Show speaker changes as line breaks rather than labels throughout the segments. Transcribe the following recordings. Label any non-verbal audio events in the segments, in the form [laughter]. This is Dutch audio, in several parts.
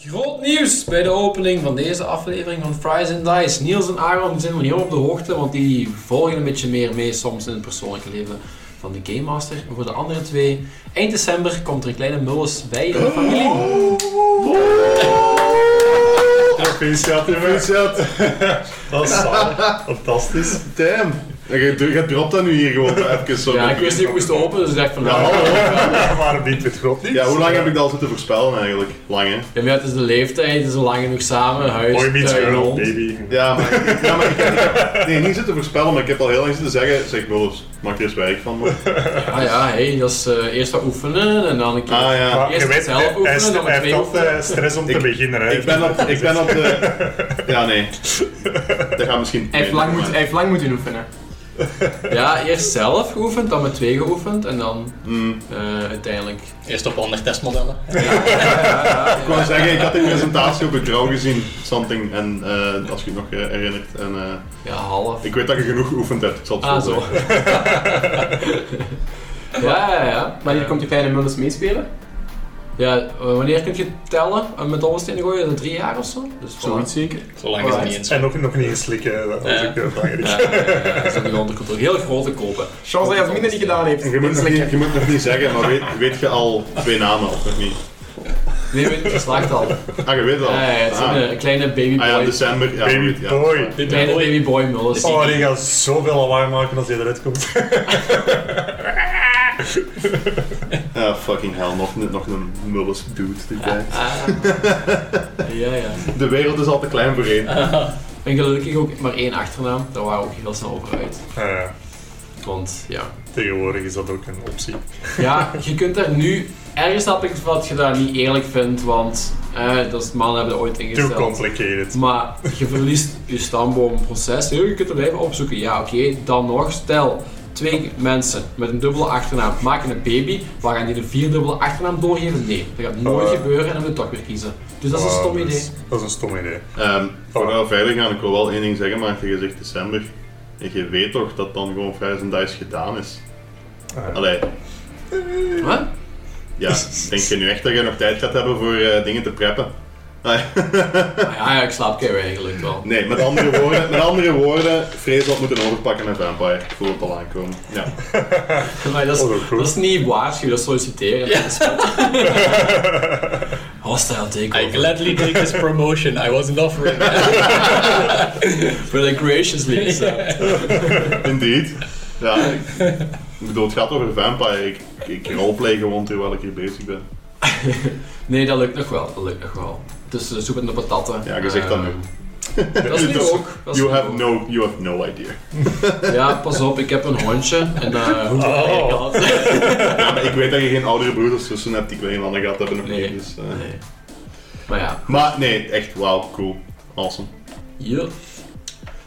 Groot nieuws bij de opening van deze aflevering van Fries and Dice. Niels en Aaron zijn nog niet op de hoogte, want die volgen een beetje meer mee soms in het persoonlijke leven van de Game Master. En voor de andere twee, eind december komt er een kleine mulles bij in de familie.
Proficiat, proficiat. Dat is zalig. Fantastisch.
Damn. Ja, jij dro- jij dropt dat nu hier gewoon even zo.
Ja, ik wist niet, ik moest openen, dus ik dacht van
Ja,
nou.
hallo.
Ja,
Waarom niet? Het klopt niet.
Ja, hoe lang heb ik dat al zitten voorspellen eigenlijk? Lang hè?
maar ja, het is de leeftijd, het is al lang genoeg samen, huis,
Boy meets
tuin,
girl,
hond.
baby.
Ja, maar, ik- [laughs] ja, maar ik, heb, ik heb- Nee, niet zitten voorspellen, maar ik heb al heel lang zitten zeggen. Zeg Bulls, maak er eens werk van. Man.
Ah ja, hey, dat is eh, eerst wat oefenen en dan een keer...
Ah ja.
Maar
Eerst
je weet,
zelf
hij
oefenen,
is-
dan met
hij
twee
heeft altijd stress om te
Ik-
beginnen. hè.
Ik ben op, ik ben op de. Ja, nee. Dat gaat misschien.
Hij heeft, lang moet, hij heeft lang moeten oefenen.
Ja, eerst zelf geoefend, dan met twee geoefend en dan
Mm.
eh, uiteindelijk...
Eerst op andere testmodellen.
Ik wou zeggen, ik had in de presentatie op het trouw gezien, something, en eh, als je het nog eh, herinnert. En, eh,
Ja, half.
ik weet dat je genoeg geoefend hebt, ik zal het
Ah,
zo
zo.
zeggen.
ja, ja, ja.
Maar hier komt de kleine Mullis meespelen.
Ja, eh, wanneer kun je tellen en met dobbelstenen gooien? Is dat drie jaar of zo? Dus voilà.
zeker.
Zolang is het niet eens.
En ook nog niet eens slikken, dat is
Ja.
ook heel belangrijk.
Ja, ja, ja, ja, dat is nog onder controle. Heel grote kopen.
Chance dat Jasmin dat niet gedaan heeft.
Je moet, nog niet, je moet nog niet zeggen, maar weet, weet je al twee namen of nog niet?
Nee, weet je, geslaagd al.
Ah, je weet
[laughs]
al.
Ja, dus- ja, het is
Ah.
een, eh, een kleine babyboy.
Ah ja, december. Ja,
Baby
goed, ja.
boy.
Een kleine babyboy mullis.
Oh, die gaat zoveel lawaai maken als hij eruit komt. [laughs]
Ja, Ah, fucking hell, nog, een- nog een mullis dude. Die guy.
[laughs] Ah. Ja, ja.
De wereld is al te klein voor één.
Ah. En gelukkig ook maar één achternaam. Daar waren we ook heel snel over uit.
Ja, ja.
Want ja.
Eh, tegenwoordig is dat ook een optie.
Ja, je kunt daar nu. Ergens snap ik wat je daar niet eerlijk vindt, want eh, dat is mannen hebben er ooit
Too
ingesteld.
complicated.
Maar je verliest je stamboomproces. Heel, je kunt er blijven opzoeken. Ja, oké, dan nog. Stel, twee mensen met een dubbele achternaam maken een baby. Waar gaan die de vierdubbele achternaam doorgeven? Nee, dat gaat nooit
Oh, ja.
gebeuren en dan moet je toch weer kiezen. Dus dat is een
Oh,
Ah,
stom
dat
idee.
is- Dat is een stom idee.
Ehm
Oh.
voor we verder gaan, ik wil wel één ding zeggen, maar je zegt december. En je weet toch dat dan gewoon Fries and Dice gedaan is?
Ah.
Allee,
Huh? Ah,
ja, denk je nu echt dat je nog tijd gaat hebben voor eh, dingen te preppen? Ah,
Maar
[laughs]
ja, ja, ik slaap keihard eigenlijk wel. [laughs]
nee, met andere woorden, met andere woorden, Frees had moeten overpakken met Vampire. Ik voel het al aankomen. Ja.
Maar dat, is,
Oh, dat is goed.
dat is niet waarschuwen, dat is solliciteren. Dat is Hostile
I
takeover.
gladly take this promotion. I wasn't offering.
But I graciously accept.
Indeed. Ja, ik, ik bedoel, het gaat over Vampire. Ik, ik roleplay gewoon terwijl ik hier bezig ben.
[laughs] Nee, dat lukt nog wel, dat lukt nog wel. Dus eh, soep en de patatten.
Ja, je zegt dat nu.
Eh, [laughs] Dat is nu
[laughs] Dus
ook. Dat is
You
nu
have
ook.
no, you have no idea.
Ja, pas op, ik heb een hondje. En eh,
Oh.
Ja, maar ik weet dat je geen oudere broeders tussen hebt die kleine mannen gehad hebben. Nog
Nee.
niet, dus, eh.
nee. Maar ja,
Maar nee, echt wauw, cool. Awesome.
hier.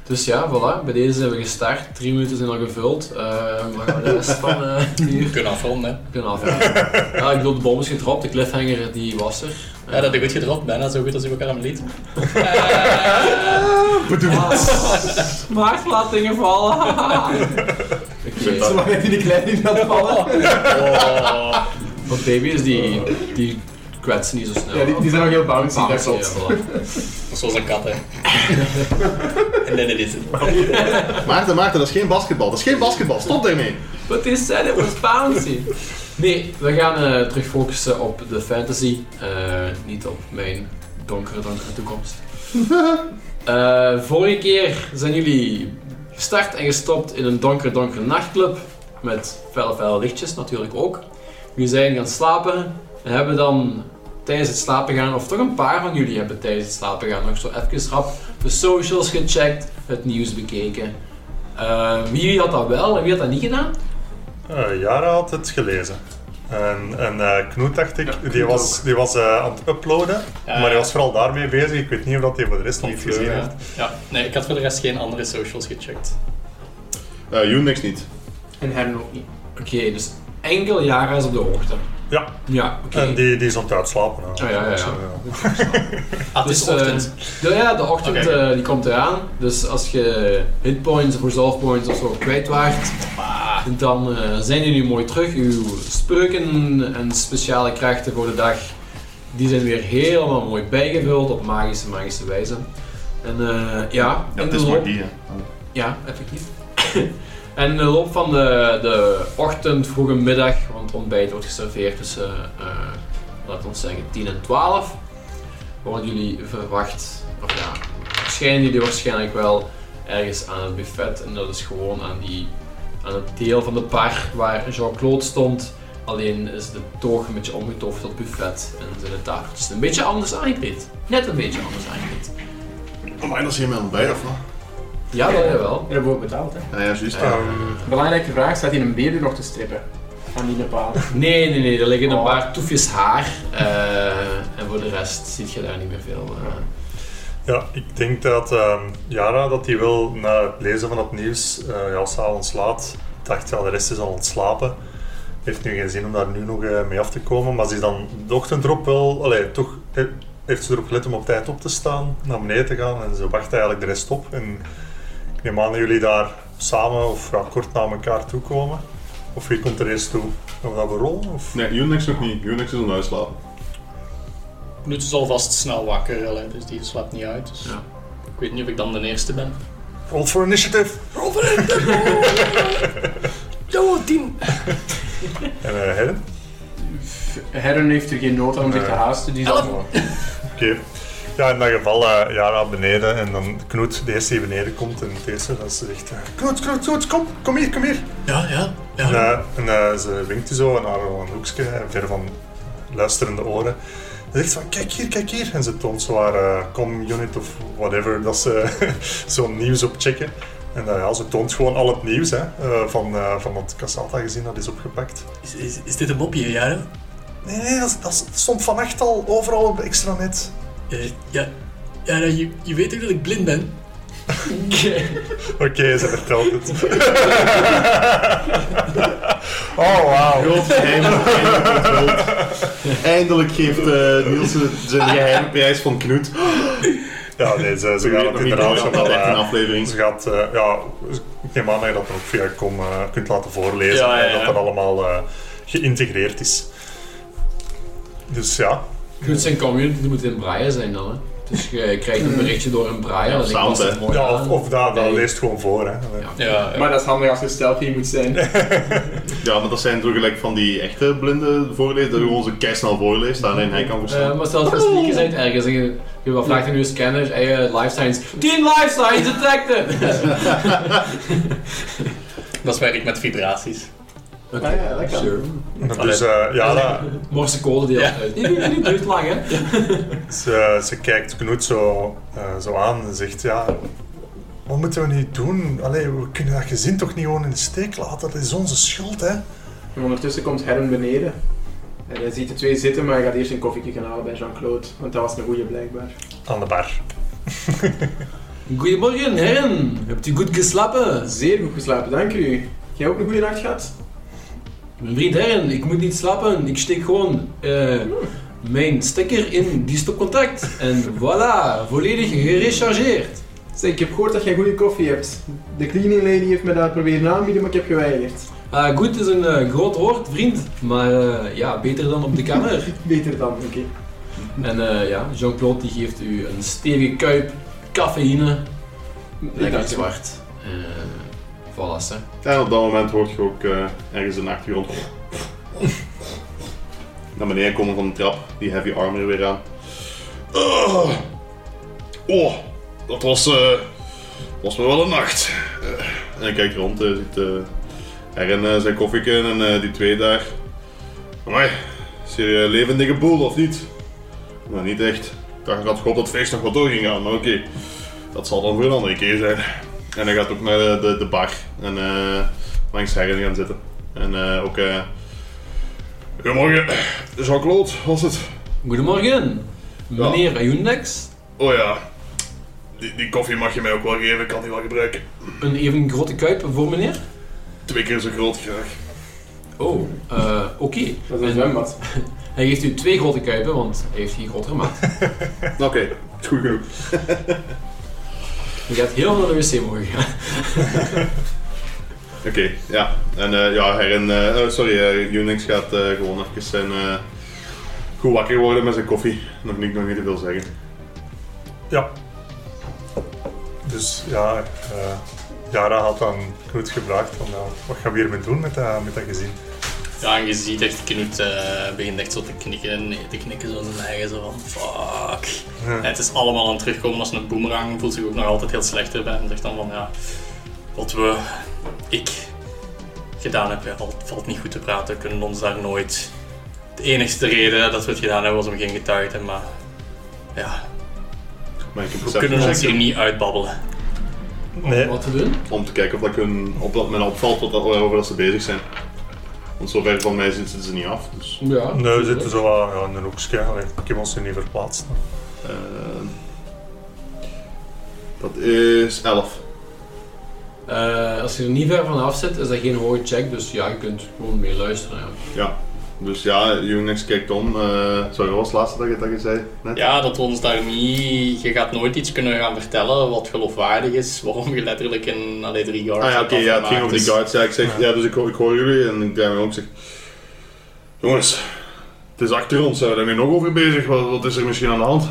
Dus ja, voilà, bij deze zijn we gestart. Drie minuten zijn al gevuld. Eh waar gaan we de rest van eh
We
hier
kunnen afronden, hè.
kunnen afhalen? Ja, ik bedoel, de bom is getrapt, de cliffhanger die was er.
Ja, dat heb ik goed gedropt. Bijna zo goed als ik elkaar hem liet.
Ah, Maar laat dingen vallen. Oké,
dat-
Zolang hij die kleine niet laat vallen.
Oh.
Want baby's die, die kwetsen niet zo snel.
[laughs] Ja, die, die zijn nog heel bouncy,
Bouncy,
dat klopt.
ja, voilà.
Zoals een kat, hè. En dan is het.
Maarten, Maarten, dat is geen basketbal. Dat is geen basketbal. Stop daarmee.
Wat is dat? Het was bouncy. Nee, we gaan eh, terug focussen op de fantasy. eh, niet op mijn donkere, donkere [laughs] toekomst. Eh, vorige keer zijn jullie gestart en gestopt in een donkere, donkere nachtclub. Met felle, felle lichtjes natuurlijk ook. Jullie zijn gaan slapen en hebben dan tijdens het slapen gaan, of toch een paar van jullie hebben tijdens het slapen gaan nog zo even rap de socials gecheckt, het nieuws bekeken. Eh, wie had dat wel en wie had dat niet gedaan?
Eh, Jara had het gelezen. En, en eh, Knoet, dacht ik, die was, die was eh, aan het uploaden, maar die was vooral daarmee bezig. Ik weet niet of dat hij voor de rest nog iets gezien heeft.
Ja. ja. Nee, ik had voor de rest geen andere socials gecheckt.
Eh Unix niet.
En hem ook niet.
Oké, dus enkel Jara is op de hoogte.
Ja,
Ja, oké.
en die, die is aan het uitslapen. hè.
Oh, ja, ja, ja.
Zo,
Ah, het is
eh,
ochtend.
de, ja, de ochtend
Oké.
eh, die komt eraan. Dus als je hitpoints of resolve points of zo kwijt waart, dan eh, zijn jullie mooi terug. Uw spreuken en speciale krachten voor de dag Die zijn weer helemaal mooi bijgevuld op magische, magische wijze. En eh, ja,
Ja,
in
het
de
is
loop-
magie, hè.
Ja, effectief. [coughs] en in de loop van de, de ochtend, vroege middag, want ontbijt wordt geserveerd tussen, eh laten we zeggen, 10 en 12, worden jullie verwacht, of ja, verschijnen jullie waarschijnlijk wel ergens aan het buffet. En dat is gewoon aan, die, aan het deel van de bar waar Jean-Claude stond. Alleen is de toog een beetje omgetoverd tot buffet en zijn de tafeltjes een beetje anders aangekleed. Net een beetje anders aangekleed.
Oh, Maar dat is helemaal ontbijt of wat?
Ja, dat wel.
En dat wordt betaald, hè.
Ja, ja, juist.
Ehm,
Belangrijke vraag, staat hier een beer nog te strippen? Aan die Nepal.
Nee, nee, nee. Er liggen een
Oh.
paar toefjes haar. eh, en voor de rest ziet je daar niet meer veel. eh.
ja, ik denk dat ehm, Yara dat die wil na het lezen van het nieuws, eh ja, s'avonds laat, dacht ja, de rest is al ontslapen. Heeft nu geen zin om daar nu nog eh, mee af te komen, maar ze is dan de ochtend erop wel, allee, toch eh, heeft ze erop gelet om op tijd op te staan, naar beneden te gaan en ze wacht eigenlijk de rest op. En ik neem aan dat jullie daar samen of ja, kort naar elkaar toe komen. Of wie komt er eerst toe? Gaan we dat rollen? Of?
Nee, Unix nog niet. Unix is aan het uitslapen.
Knut is alvast snel wakker, hè, dus die slaapt niet uit. Dus
Ja.
Ik weet niet of ik dan de eerste ben.
Roll for initiative!
[laughs] Yo, tien!
En eh Helen?
Herren heeft er geen nood aan om zich te
Nee.
haasten, die zal...
Oké. Ja, in dat geval eh Jara beneden en dan Knoet, de eerste die beneden komt en deze, dat ze zegt... eh, knoet, Knoet, Knoet, kom, kom hier, kom hier.
Ja, ja. ja.
En, eh, en eh, ze winkt die zo naar een hoekje, en ver van luisterende oren. Ze zegt van, kijk hier, kijk hier. En ze toont zo haar eh, com-unit of whatever, dat ze [laughs] zo'n nieuws opchecken. En eh, ja, ze toont gewoon al het nieuws hè, eh, van, eh, van het Casata-gezin dat is opgepakt.
Is, is, is dit een mopje, Jaren?
Nee, nee, dat, dat stond vannacht al overal op extranet.
Eh, ja, Jara, je, je weet ook dat ik blind ben.
Oké, ze vertelt het. [laughs] oh, wauw.
Groot geheim onthuld. Eindelijk geeft eh Niels zijn geheime prijs van Knut.
Ja, nee, ze, ze
Ik weet nog
gaat het
niet hoe
inderdaad
dat
zo
dat
wel,
echt een
eh,
aflevering
Ze
is.
gaat, eh, ja, ik neem aan dat je dat er ook via com eh, kunt laten voorlezen.
Ja, ja,
En dat
ja.
dat allemaal eh, geïntegreerd is. Dus ja,
Goed, zijn community moet in braille zijn dan. Hè. Dus je krijgt een berichtje door een braille.
Ja,
en ik
sound,
was het
hè.
mooi
ja of,
aan.
of dat, dat
Oh, Nee.
leest gewoon voor. Hè.
Ja,
[laughs] Maar dat is handig als je stealthy moet zijn.
Ja, maar dat zijn zo gelijk van die echte blinde voorlezen, dat je gewoon zo keisnel voorleest, alleen hij kan
Eh,
verstaan.
maar stel dat je sneakers uit ergens en je, je wat vraagt in je scanner, hey, eh, life science. Team life science detected!
dat is werk met vibraties.
Oké,
Ah, ja, dat kan.
sure.
En Dus eh, ja, dat-
Morse code die
Ja.
altijd. Die die- die duurt lang hè.
Ze, ze kijkt Knoet zo, eh, zo aan en zegt, ja, wat moeten we nu doen? Allee, we kunnen dat gezin toch niet gewoon in de steek laten? Dat is onze schuld, hè?
En ondertussen komt Herren beneden. En hij ziet de twee zitten, maar hij gaat eerst een koffietje gaan halen bij Jean-Claude. Want dat was een goeie blijkbaar.
Aan de bar.
Goedemorgen heren, hebt u goed geslapen?
Zeer goed geslapen, dank u. Jij ook een goede nacht gehad?
Mijn vriend heren, ik moet niet slapen, ik steek gewoon eh, mijn stekker in die stopcontact. En voilà, volledig gerechargeerd.
Zeg, ik heb gehoord dat jij goede koffie hebt. De cleaning lady heeft me dat proberen aanbieden, maar ik heb geweigerd.
Ah, goed is een eh, groot woord, vriend, maar eh, ja, beter dan op de kamer.
Beter dan, oké.
En eh, ja, Jean-Claude die geeft u een stevige kuip cafeïne, lekker zwart. Eh voilà, hè.
En op dat moment hoort je ook eh, ergens een achtergrond naar beneden komen van de trap, die heavy armor weer aan. Ah. oh, dat was, eh was me wel een nacht. Eh, en ik kijk rond, er zit eh er in zijn koffieke en eh, die twee daar. Amai, is hier eh, levendige boel of niet? Nou, niet echt. Ik dacht dat God het feest nog wat door ging gaan, maar oké. Dat zal dan voor een andere keer zijn. En hij gaat ook naar de, de, de bar en eh, langs Herren gaan zitten. En eh, ook... eh Goedemorgen, Jean-Claude was het.
Goedemorgen, meneer Ayundex.
Oh ja, die, die koffie mag je mij ook wel geven, ik kan die wel gebruiken.
Een even grote kuip voor meneer?
Twee keer zo groot graag.
Oh, eh, oké.
Dat is een
En
zwembad.
[laughs] Hij geeft u twee grote kuipen, want hij heeft geen grotere maat.
[laughs] Oké, is goed genoeg.
Je gaat heel veel naar de wc mogen gaan. [laughs]
Oké, ja. En eh, ja, Herren, eh, oh, sorry, eh, Unix gaat eh, gewoon even zijn eh, Goed wakker worden met zijn koffie. Nog niet, nog niet te veel zeggen.
Ja. Dus ja, eh, Yara had dan Knut gevraagd van, nou, wat gaan we hiermee doen met dat, met dat gezin?
Ja, en je ziet echt Knut eh, begint echt zo te knikken en nee te knikken zo in zijn eigen zo van fuck.
Ja.
Het is allemaal aan het terugkomen als een boemerang, voelt zich ook nog altijd heel slecht erbij en zegt dan van ja, wat we, ik, gedaan hebben valt, valt niet goed te praten, we kunnen ons daar nooit. De enigste reden dat we het gedaan hebben was om geen getuige te hebben, maar ja,
Maar ik heb
we kunnen ons hier
gezegd
niet uitbabbelen.
Nee,
Wat te doen?
om te kijken of dat ik hun, op dat men opvalt wat dat, waarover dat ze bezig zijn. Want zover van mij zitten ze niet af. Dus,
Ja.
nee, we zitten zo wat ja, in een hoekje. Allee, Ik heb ons nu niet verplaatst.
eh, dat is 11.
Eh, als je er niet ver vanaf zit, is dat geen hoge check, dus ja, je kunt gewoon mee luisteren. Ja.
Dus ja, Unix kijkt om. eh sorry, wat was het laatste dat je, dat je zei? Net?
Ja, dat we ons daar niet, je gaat nooit iets kunnen gaan vertellen wat geloofwaardig is, waarom je letterlijk in allee, drie jaar.
Ah ja, oké, ja, het ging over die guards. Ja, ik zeg,
Ja.
ja, dus ik, hoor- ik hoor jullie en ik draai me ook ik zeg... Jongens, het is achter ons, zijn we daar nu nog over bezig? Wat, wat is er misschien aan de hand?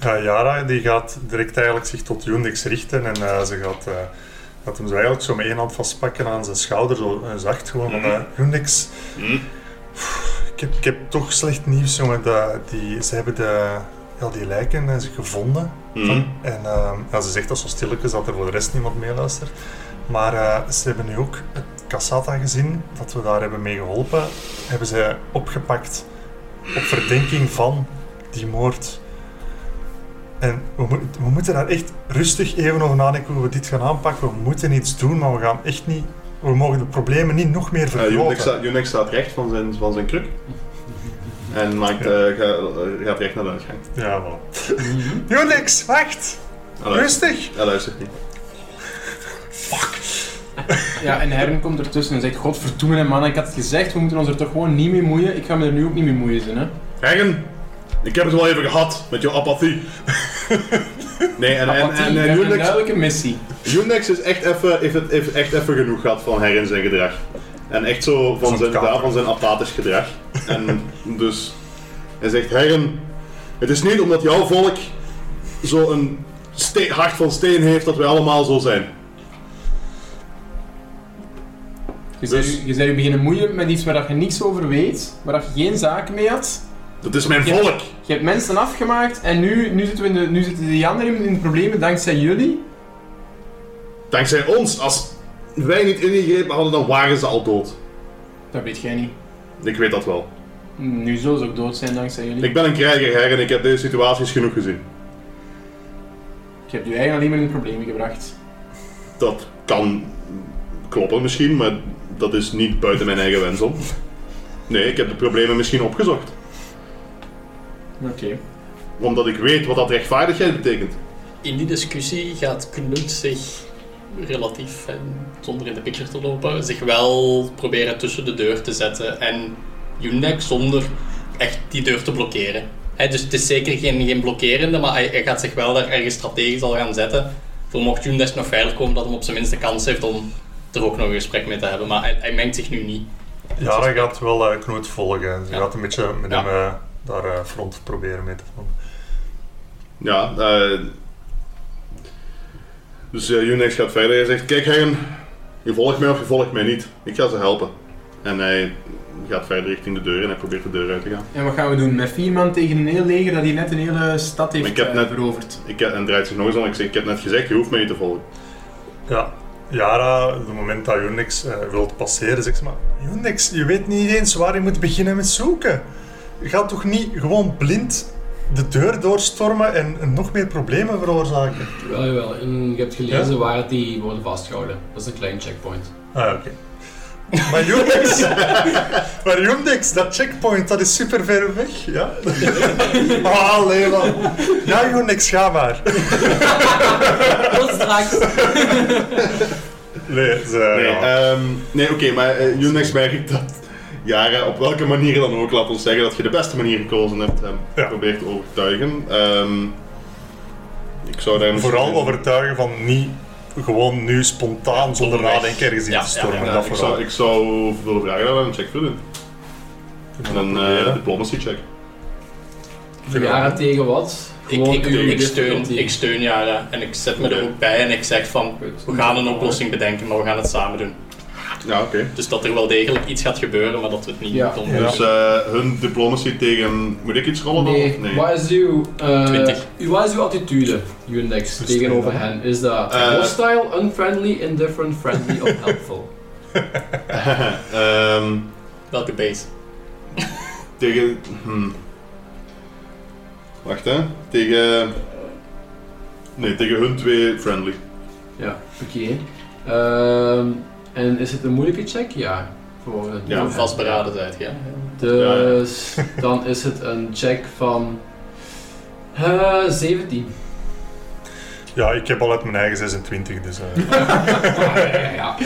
Ja, Yara die gaat direct eigenlijk zich tot Yundix richten en eh, ze gaat, eh, gaat hem zo eigenlijk zo met één hand vastpakken aan zijn schouder, zo eh, zacht gewoon. van,
Mhm.
eh, Yundix,
Hm?
ik heb, ik heb toch slecht nieuws, jongen. Dat, die, ze hebben de, ja, die lijken eh, ze gevonden.
Hm?
En ehm, ja, ze zegt dat zo stilletjes dat er voor de rest niemand meeluistert. Maar eh, ze hebben nu ook het Cassata gezien, dat we daar hebben mee geholpen. Hebben ze opgepakt op verdenking van die moord. En we, mo- we moeten daar echt rustig even over nadenken hoe we dit gaan aanpakken. We moeten iets doen, maar we gaan echt niet... We mogen de problemen niet nog meer
Eh, Unix,
vergroten.
staat- Unix staat recht van zijn, van zijn kruk. En maakt, eh ga- eh, gaat recht naar de uitgang.
ja, man. Unix, wacht!
Hij luistert,
Rustig!
hij luistert niet.
Ja, en Herren komt ertussen en zegt: Godverdomme, man, ik had het gezegd, we moeten ons er toch gewoon niet mee moeien. Ik ga me er nu ook niet mee moeien, zin, hè?
Hagen, ik heb het wel even gehad met jouw
[laughs]
apathie. nee, en, en,
Apathie,
en,
we
en
hebben een
Unix,
duidelijke missie.
Unix is echt even, heeft, het, heeft echt even genoeg gehad van Hagen zijn gedrag. En echt zo
Van
van zijn,
kater.
ja, van zijn apathisch gedrag. En dus, hij zegt, Hagen, het is niet omdat jouw volk zo'n ste- hart van steen heeft dat wij allemaal zo zijn.
Je
Dus-
zei je, zei je beginnen moeien met iets waar dat je niks over weet, waar dat je geen zaken mee had.
Dat is mijn
Ja.
volk.
Je hebt mensen afgemaakt en nu, nu, zitten, we in de, nu zitten die anderen in de problemen dankzij jullie.
Dankzij ons, als wij niet ingegrepen hadden, dan waren ze al dood.
Dat weet jij niet.
Ik weet dat wel.
Nu zullen ze ook dood zijn dankzij jullie.
Ik ben een krijger, her, en ik heb deze situaties genoeg gezien.
Je hebt je eigen alleen maar in de problemen gebracht.
Dat kan kloppen misschien, maar dat is niet buiten mijn eigen wens om. Nee, ik heb de problemen misschien opgezocht.
Oké.
Omdat ik weet wat dat rechtvaardigheid betekent.
In die discussie gaat Knut zich relatief, en zonder in de picture te lopen, zich wel proberen tussen de deur te zetten en Unix zonder echt die deur te blokkeren. Hè, dus het is zeker geen, geen blokkerende, maar hij, hij gaat zich wel daar ergens strategisch al gaan zetten. Voor mocht Unix nog verder komen, dat hij op zijn minst de kans heeft om er ook nog een gesprek mee te hebben. Maar hij, hij mengt zich nu niet.
Yara gaat wel eh Knoot volgen. Ze
Ja.
gaat een beetje met
Ja.
hem eh, daar eh, front proberen mee te vormen.
Ja, eh. Dus eh, Unix gaat verder. Hij zegt: Kijk, Hagen, je volgt mij of je volgt mij niet. Ik ga ze helpen. En hij gaat verder richting de deur en hij probeert de deur uit te gaan.
En wat gaan we doen? Met vier man tegen een heel leger dat hier net een hele stad heeft
Maar ik heb
eh,
net-
veroverd.
Ik, en draait zich nog eens om. Ik zeg: Ik heb net gezegd, je hoeft mij niet te volgen.
Ja, Yara, op het moment dat Unix eh wilt passeren, zegt ze maar... Unix, je weet niet eens waar je moet beginnen met zoeken. Je gaat toch niet gewoon blind de deur doorstormen en, en nog meer problemen veroorzaken?
Wel, jawel. En je hebt gelezen waar die worden vastgehouden. Dat is een klein checkpoint.
Ah,
[laughs]
oké. Maar Unix, maar Unix, dat checkpoint, dat is super ver weg,
[laughs]
ja? Ah, Leila. Ja, Unix, ga maar.
Tot straks!
Nee, ze,
Nee,
eh,
ja.
ehm, nee oké, maar eh, Unix merkt dat Jara op welke manier dan ook, laat ons zeggen dat je de beste manier gekozen hebt en
Ja.
probeert te overtuigen. Ehm, ik zou daar misschien-
Vooral overtuigen van niet gewoon nu spontaan zonder
Onderweg.
nadenken ergens in
Ja,
te
ja,
stormen.
Ja,
dat
ik,
vooral.
zou, ik zou willen vragen dat we een check voor doen.
kunnen
En
we
een eh,
proberen.
diplomacy check.
Jara tegen wat?
Ik,
Gewoon
ik,
uw
ik, steun,
difficulty.
ik steun Jara en ik zet me
Oké.
er ook bij en ik zeg van
Goed.
we gaan een oplossing bedenken, maar we gaan het samen doen.
Ja, oké.
Dus dat er wel degelijk iets gaat gebeuren, maar dat we het niet
Ja.
onmogelijk-
Dus eh, hun diplomacy tegen... Moet ik iets rollen dan?
Nee,
of nee?
wat is uw, eh,
Twintig.
uw- wat is uw attitude, Unix,
Dus
tegenover
twee,
hen? Is dat
Eh.
hostile, unfriendly, indifferent, friendly of helpful?
Ehm,
Welke base?
tegen... hmm. Wacht, hè. Tegen... Nee, tegen hun twee friendly.
ja, oké. Ehm, en is het een moeilijke check? Ja. Voor een-
Ja,
Hoe vastberaden zijt
[laughs]
ja.
Dus dan is het een check van eh, 17.
Ja, ik heb al uit mijn eigen 26, dus...
[laughs]
Ah,
eh,
[laughs] ja, ja, ja.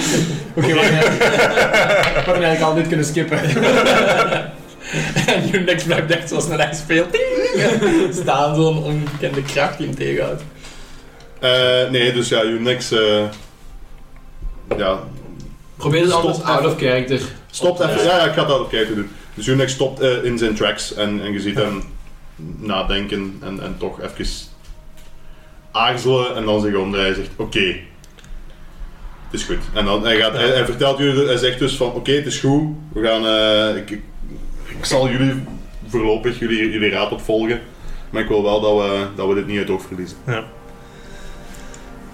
Oké, we [laughs] hadden we hadden eigenlijk al dit kunnen skippen.
en Unix blijft echt zoals een echt speelt. [laughs] Staan zo'n ongekende kracht die hem tegenhoudt.
Eh, nee, dus ja, Unix... eh ja,
Probeer het
Stop
anders out
even.
of character.
stopt even. Ja, ja, ik ga dat op kijken doen. Dus Unix stopt eh, in zijn tracks en, en je ziet hem nadenken en, en toch even aarzelen en dan zich omdraaien en zegt, oké. Het is goed. En dan, hij, gaat, hij, hij vertelt jullie, hij zegt dus van, oké, het is goed. We gaan, eh, ik, ik, ik zal jullie voorlopig jullie, jullie raad opvolgen. Maar ik wil wel dat we, dat we dit niet uit het oog verliezen.
Ja.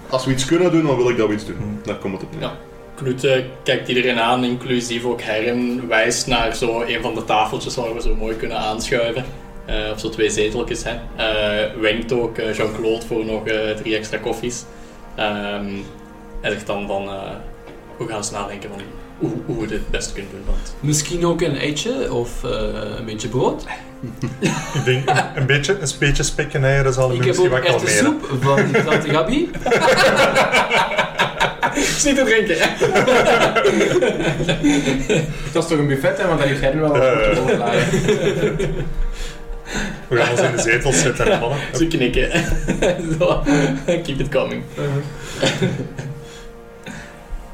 Als we iets kunnen doen, dan wil ik dat we iets doen.
Hmm.
Daar komt het op neer.
Ja. Knut eh, kijkt iedereen aan, inclusief ook Herren, wijst naar zo een van de tafeltjes waar we zo mooi kunnen aanschuiven. Eh, of zo twee zeteltjes, hè. Eh, wenkt ook eh, Jean-Claude voor nog eh, drie extra koffies. Ehm hij zegt dan van, eh, we gaan eens nadenken van hoe, hoe we dit het beste kunnen doen. [laughs] Want
Misschien ook een eitje of eh, een beetje brood.
ik denk, een, een beetje, een beetje spek en eieren zal
Ik heb
hem misschien
ook
wat
echte
kalmeren.
soep van Tante Gabi.
Zit te drinken, hè.
Dat is toch een buffet, hè? Want daar heeft Herren wel
Ja, ja, ja.
Eh.
een goed overladen.
We gaan ons in de zetels zetten,
[laughs]
hè, mannen.
Ze knikken. [laughs] Zo, keep it coming.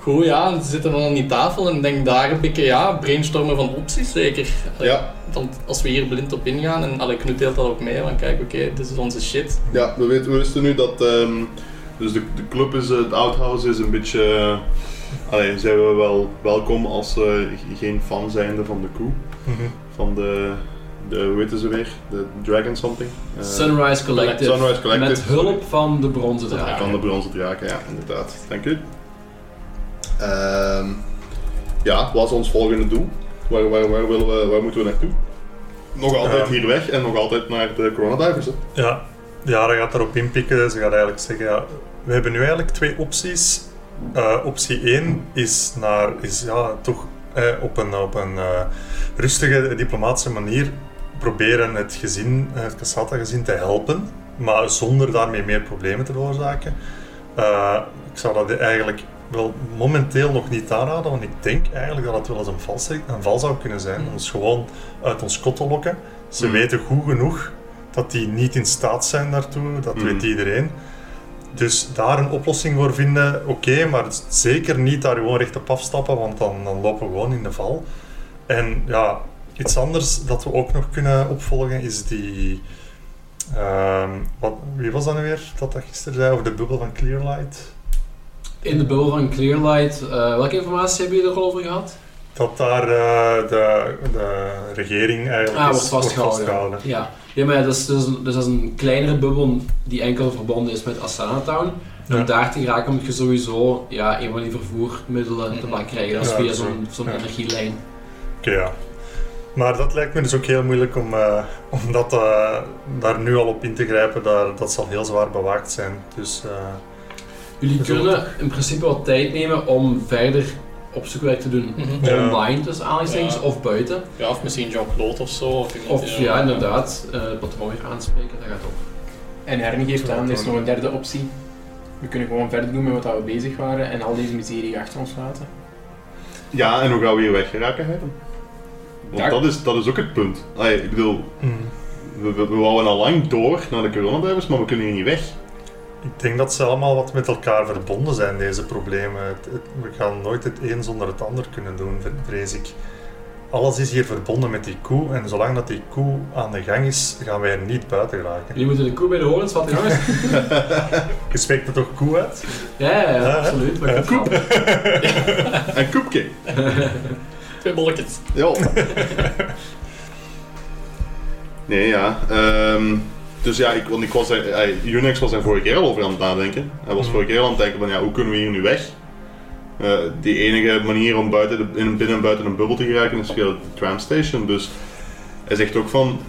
Goed, ja, en ze zitten dan aan die tafel en denk daar een beetje, ja, brainstormen van opties zeker. Allee,
Ja.
Want als we hier blind op ingaan, en allee, Knut deelt dat ook mee, van kijk, oké, dit is onze shit.
Ja, we, weten, we wisten nu dat. ehm, dus de, de club is, eh, het outhouse is een beetje. eh, allee, zijn we wel welkom als ze geen fan zijnde van de koe.
Mhm.
Van de. de hoe weten ze weer? De Dragon something? Eh,
Sunrise Collective.
Sunrise Collective.
Met hulp van de bronzen
Ja,
draak.
van de bronzen draken, ja, inderdaad. Dank u. Ehm, ja, wat is ons volgende doel? Waar, waar, waar, willen we, waar moeten we naartoe? Ehm, Nog altijd
Ja.
hier weg en nog altijd naar de coronadivers. hè?
Ja, Jara gaat daarop inpikken. Ze gaat eigenlijk zeggen, ja, we hebben nu eigenlijk twee opties. Eh, optie 1 is, naar, is ja, toch eh, op een, op een eh, rustige diplomatische manier proberen het gezin, eh, het Cassata-gezin te helpen, maar zonder daarmee meer problemen te veroorzaken. Eh, ik zou dat eigenlijk wel momenteel nog niet aanraden, want ik denk eigenlijk dat het wel eens een val, een val zou kunnen zijn. Om ons gewoon uit ons kot te lokken. Ze
Mm.
weten goed genoeg dat die niet in staat zijn daartoe, dat
Hmm.
Mm.
weet iedereen. Dus daar een oplossing voor vinden, oké, maar het is zeker niet daar gewoon recht op afstappen, want dan, dan lopen we gewoon in de val. En ja, iets anders dat we ook nog kunnen opvolgen is die. ehm, wat, wie was dat nu weer dat dat gisteren zei over de bubbel van Clearlight?
In de bubbel van Clearlight. eh, welke informatie hebben jullie er al over gehad?
Dat daar eh, de, de regering eigenlijk
Ah,
is-
wordt vastgehouden.
vastgehouden.
Ja, ja maar dat is, dus, dus dat is een kleinere bubbel die enkel verbonden is met Asana Town. En
Ja.
Om daar te geraken moet je sowieso ja, een van die vervoermiddelen te maken krijgen. Dat is
Ja,
via
dat is
zo'n zo'n
ja.
energielijn.
Oké, ja. Maar dat lijkt me dus ook heel moeilijk om, eh, om dat, eh, daar nu al op in te grijpen. Daar, dat zal heel zwaar bewaakt zijn. Dus eh,
Jullie
Dat is wel
kunnen in principe wat tijd nemen om verder opzoekwerk te doen.
Mhm.
Ja.
Online tussen aanhalingstekens
Ja.
of buiten.
Ja, of misschien Jean-Claude of zo. Of, iemand
Of
die-
ja, inderdaad, eh patroon weer aanspreken, dat gaat op.
En Herren geeft aan, er is nog een derde optie. We kunnen gewoon verder doen met wat we bezig waren en al deze miserie achter ons laten.
Ja, en hoe gaan we hier weg geraken, Herman? Want
Daar-
dat is, dat is ook het punt. Allee, ik bedoel,
mm.
we, we, we wouden al lang door naar de coronadivers, maar we kunnen hier niet weg.
ik denk dat ze allemaal wat met elkaar verbonden zijn, deze problemen. Het- het- we gaan nooit het een zonder het ander kunnen doen, vre- vrees ik. alles is hier verbonden met die koe. En zolang dat die koe aan de gang is, gaan wij er niet buiten geraken.
Jullie moeten de koe bij de horens
[laughs]
vatten, jongens.
Je spreekt er toch koe uit?
Ja, ja, ja, absoluut. Maar ik heb het
En Koepke.
Twee bolletjes.
Ja. nee, ja. ehm, dus ja, ik, want ik was, er- hij, Unix was daar vorige keer al over aan het nadenken. Hij was
Mhm.
vorige keer al aan het denken van, ja, hoe kunnen we hier nu weg? Eh, die enige manier om buiten de, in, binnen en buiten een bubbel te geraken is via het tramstation. Dus hij zegt ook van...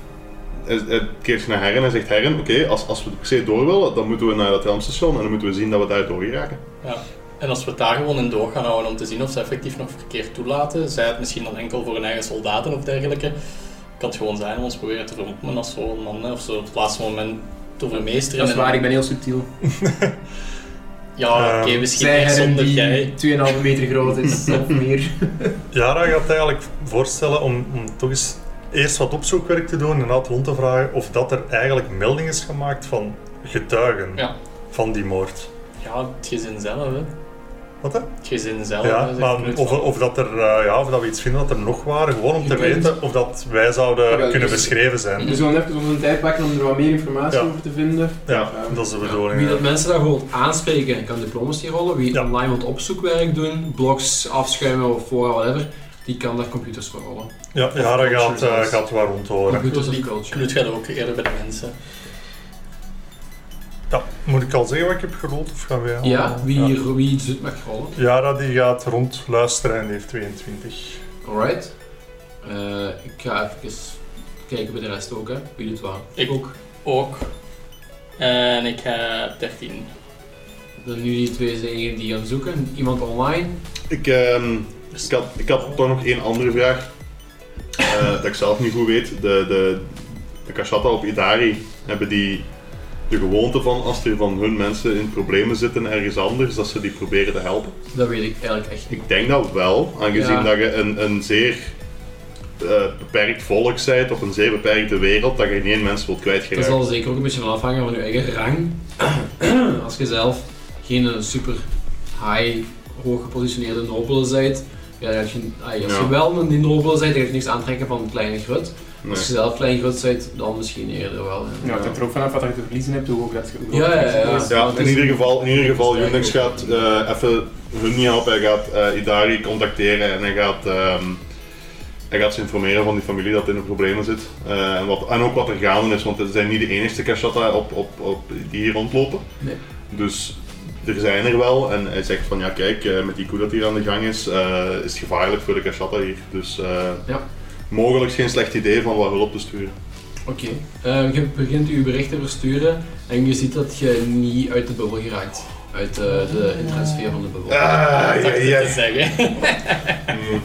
Hij, hij keert zich naar Herren en hij zegt, Herren, oké, als, als we per se door willen, dan moeten we naar dat tramstation en dan moeten we zien dat we daar door geraken.
Ja. En als we het daar gewoon in door gaan houden om te zien of ze effectief nog verkeer toelaten, zij het misschien dan enkel voor hun eigen soldaten of dergelijke, kan het gewoon zijn om ons proberen te vermoppen als zo'n man, hè, of zo op het laatste moment te vermeesteren.
Dat is
En-
waar, ik ben heel subtiel.
Ja,
Ehm,
oké, misschien
Zij
echt
heren
zonder
die
jij.
2,5 meter groot is, of meer.
Jara gaat eigenlijk voorstellen om, om toch eens eerst wat opzoekwerk te doen en laat rond te vragen of dat er eigenlijk melding is gemaakt van getuigen
Ja.
van die moord.
Ja, het gezin zelf, hè.
Wat hè?
Het gezin zelf.
Ja,
hè, zegt
maar
Knut
of,
van-
of, dat er, eh, ja, of dat we iets vinden dat er nog waren, gewoon om
Je
te
kunt-
weten of dat wij zouden
Jawel,
kunnen
dus-
beschreven zijn.
We zullen even onze tijd pakken om er wat meer informatie
Ja.
over te vinden.
Ja,
Ehm,
dat is de
Wie
bedoeling.
dat
ja.
mensen daar gewoon aanspreken, kan diplomas die rollen. Wie
Ja.
online wat opzoekwerk doen, blogs afschuimen of voor whatever, die kan daar computers voor rollen.
Ja, Jara
culture
gaat, eh,
zelfs. Mhm.
gaat waar rond horen.
Computers of culture.
Knut gaat ook eerder bij de mensen.
Ja, moet ik al zeggen wat ik heb gerold of gaan wij al-
Ja, wie, hier, wie iets doet mag rollen.
Jara die gaat rond luisteren en die heeft 22.
Alright. Eh, ik ga even kijken bij de rest ook, hè. Wie doet waar.
Ik
ook.
Ook. En ik heb 13.
Dan nu die twee zijn degenen die gaan zoeken. Iemand online.
Ik, ehm, ik, had, ik had toch nog één andere vraag. Eh, dat ik zelf niet goed weet. De, de, de Kashata op Idari hebben die de gewoonte van als er van hun mensen in problemen zitten ergens anders, dat ze die proberen te helpen.
Dat weet ik eigenlijk echt niet.
Ik denk dat wel, aangezien
Ja.
dat je een, een zeer eh, beperkt volk bent op een zeer beperkte wereld, dat je geen mensen wilt
Dat
kwijtgeraken.
zal zeker ook een beetje van afhangen van je eigen rang. [clears throat] Als je zelf geen eh, super high, hoog gepositioneerde nobele bent, ja, dan heb je, ah, als
Ja.
je wel een die nobele bent, dan heb je niks aantrekken van een kleine grut.
Nee.
Als je zelf klein grut bent, dan misschien eerder wel. hè.
Nou, het hangt er ook vanaf wat je te verliezen hebt, hoe hoog dat hoe groot
Ja, ja,
dat
ja.
is.
Ja,
Dat
in
is-
ieder geval, in ieder geval
dat is
Unix
eigenlijk
gaat eh, even hun niet helpen. Hij gaat eh, Idari contacteren en hij gaat, ehm, hij gaat ze informeren van die familie dat in de problemen zit. Eh, en, wat, en ook wat er gaande is, want het zijn niet de enigste Kashata op, op, op, die hier rondlopen.
Nee.
Dus er zijn er wel. En hij zegt van ja, kijk, eh, met die koe dat hier aan de gang is, eh, is het gevaarlijk voor de Kashata hier. Dus eh,
Ja.
mogelijk geen slecht idee van wat hulp te sturen.
Oké, Eh, je begint uw bericht te versturen en je ziet dat je niet uit de bubbel geraakt. Uit eh, de interessfeer van de bubbel.
Ah,
dacht ik te
[laughs]
zeggen.
Mm.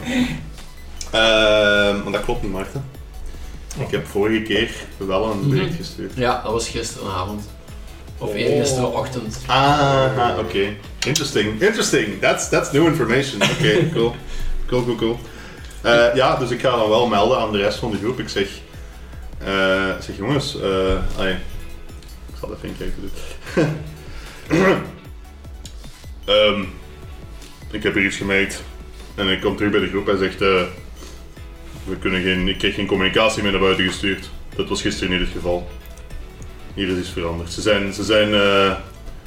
Ehm, maar dat klopt niet, Maarten. Ik heb vorige keer wel een
Mhm.
bericht gestuurd.
Ja, dat was gisteravond. Of
Oh.
eergisterochtend.
Ah, oké. Interesting, interesting. That's, that's new information. Oké, cool. Cool, cool, cool. Eh, ja, dus ik ga dan wel melden aan de rest van de groep. Ik zeg, eh, ik zeg jongens, eh, ai, ik zal even kijken doen. [laughs] Ehm, ik heb hier iets gemerkt. En ik kom terug bij de groep en zegt, eh, we kunnen geen, ik kreeg geen communicatie meer naar buiten gestuurd. Dat was gisteren niet het geval. Hier is iets veranderd. Ze zijn, ze zijn eh,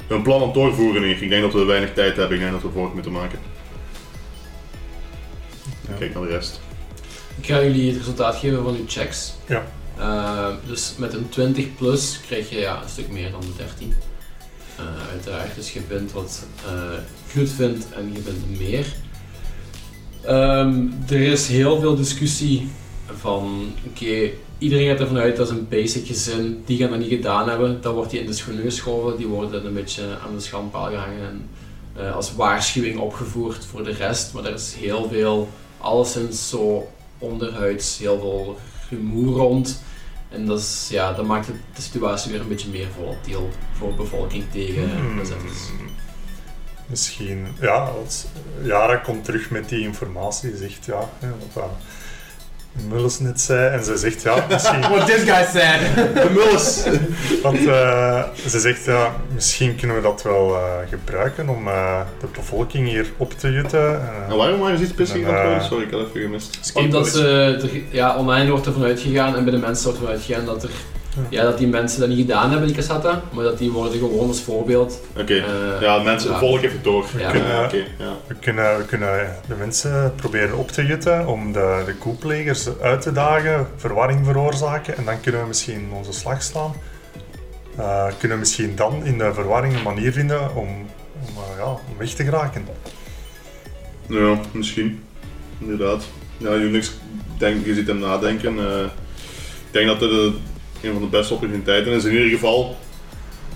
hun plan aan het doorvoeren hier. Ik denk dat we weinig tijd hebben. Ik denk dat we voort moeten maken.
Ja.
Kijk naar de rest.
Ik ga jullie het resultaat geven van uw checks.
Ja.
Eh, dus met een 20 plus krijg je ja, een stuk meer dan de 13. Eh, uiteraard, dus je bent wat eh goed vindt en je bent meer. Ehm, er is heel veel discussie van, oké, iedereen gaat ervan uit dat is een basic gezin, die gaan dat niet gedaan hebben, dan wordt die in de schoenen geschoven, die worden een beetje aan de schandpaal gehangen en eh, als waarschuwing opgevoerd voor de rest, maar er is heel veel, alleszins zo onderhuids heel veel rumoer rond. En dat, is, ja, dat maakt het- de situatie weer een beetje meer volatiel voor bevolking tegen
Hmm.
bezetters.
Misschien, ja, als Jara komt terug met die informatie, zegt ja, hè, want, eh, Mullis net zei. En ze zegt ja, misschien.
What this guy said.
De Mullis!
Want eh, ze zegt ja, misschien kunnen we dat wel eh, gebruiken om eh, de bevolking hier op te jutten. Eh,
En waarom waren ze iets pissig aan het
Eh,
worden? Sorry, ik had even gemist. Oh,
Omdat ze, er- ja, online wordt er vanuit gegaan en bij de mensen wordt er vanuit gegaan dat, er, ja, dat die mensen dat niet gedaan hebben, die cassette, maar dat die worden gewoon als voorbeeld.
Oké,
eh,
ja, mensen,
ja.
volg even door.
Ja.
Eh, Oké, ja.
We kunnen, we kunnen de mensen proberen op te jutten om de, de koeplegers uit te dagen, verwarring veroorzaken en dan kunnen we misschien onze slag slaan. Eh, kunnen we misschien dan in de verwarring een manier vinden om, om, eh, ja, om weg te geraken.
Nou Ja, misschien. Inderdaad. Ja, Unix, denk, je ziet hem nadenken. eh, ik denk dat dit eh, een van de beste opportuniteiten is. In ieder geval,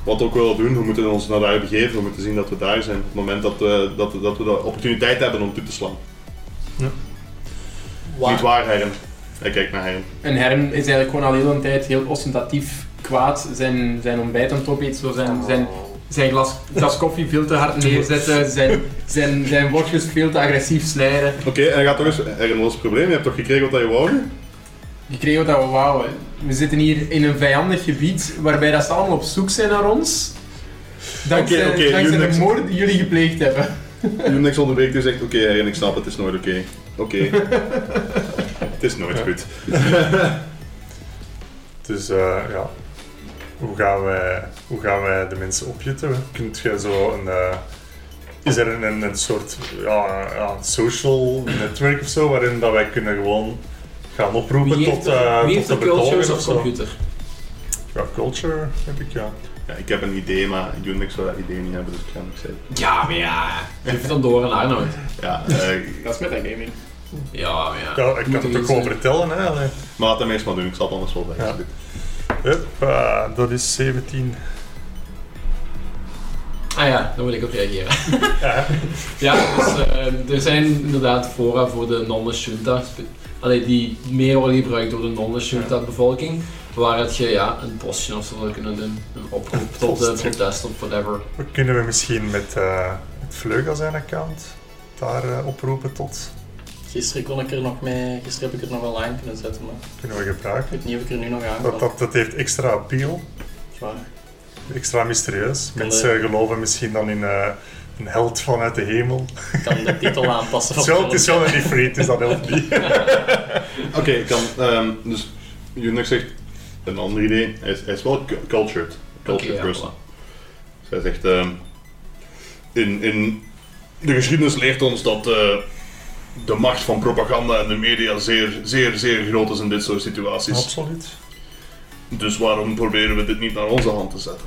wat we ook wel doen, we moeten ons naar daar begeven. We moeten zien dat we daar zijn. Op het moment dat we, dat, dat we de opportuniteit hebben om toe te slaan. Niet waar, Heiren. Hij kijkt naar Heiren.
En Herm is eigenlijk gewoon al heel een tijd heel ostentatief kwaad. Zijn, zijn ontbijt aan het opeten, zo zijn, zijn, zijn glas, glas koffie veel te hard neerzetten, zijn, zijn, zijn worstjes veel te agressief snijden.
Oké, en hij gaat toch eens. Heiren, wat is het probleem? Je hebt toch gekregen wat je wou?
Je kreeg wat we wouden. We zitten hier in een vijandig gebied waarbij dat ze allemaal op zoek zijn naar ons. Dankzij,
Oké, oké,
dankzij
Unix.
de moord die jullie gepleegd hebben.
Unix onderbreekt en dus zegt: Oké, Heiren, ik snap het, het is nooit oké. Oké. het is nooit goed.
Dus eh, ja, hoe gaan, wij, hoe gaan wij de mensen opjutten? Kunt je zo een... eh, is er een, een, een soort ja, ja, een social netwerk of zo waarin dat wij kunnen gewoon gaan oproepen
Wie heeft,
tot, eh,
wie
tot
heeft de cultures
bevolking
op
of zo?
computer?
Ja, culture heb ik ja.
Ja, ik heb een idee, maar Unix zou dat idee niet hebben, dus ik ga niks zeggen.
Ja, maar ja. Je hoeft dan door en Arnoud.
Ja, eh,
Dat is metagaming.
Ja, maar ja.
Ik kan, ik kan
Moet
het
er
ook
iets
gewoon
zijn.
vertellen. Hè. Allee.
maar laat hem eerst maar doen, ik zal het anders wel zeggen.
Ja. Hup, eh, dat is 17.
Ah ja, dan moet ik ook reageren. [laughs] ja, dus eh, er zijn inderdaad fora voor de non-junta. Allee, die meer worden gebruikt door de non-junta bevolking. Waar het je ja, een postje of zo zou kunnen doen. Een [laughs] oproep tot eh,
postje.
protest of whatever.
Kunnen we misschien met eh, het Vleugel zijn account daar eh, oproepen tot?
Gisteren kon ik er nog mee, gisteren heb ik er nog wel aan kunnen zetten, maar
Kunnen we
ik
gebruiken?
weet niet of ik er nu nog aan kan.
Dat, dat, dat heeft extra appeal.
Is waar.
Extra mysterieus.
Kan
Mensen geloven misschien dan in eh, een held vanuit de hemel.
Ik kan
[laughs]
de titel aanpassen.
Het is wel, het is wel een ifrit, het is dat
[laughs]
helpt niet.
Oké, ik kan. ehm, dus Unix zegt een ander idee. Hij is, hij is wel cu- cultured. Cultured
Oké, ja,
person. Zij zegt. ehm, in, in de geschiedenis leert ons dat eh, de macht van propaganda en de media zeer, zeer, zeer groot is in dit soort situaties.
Absoluut.
Dus waarom proberen we dit niet naar onze hand te zetten?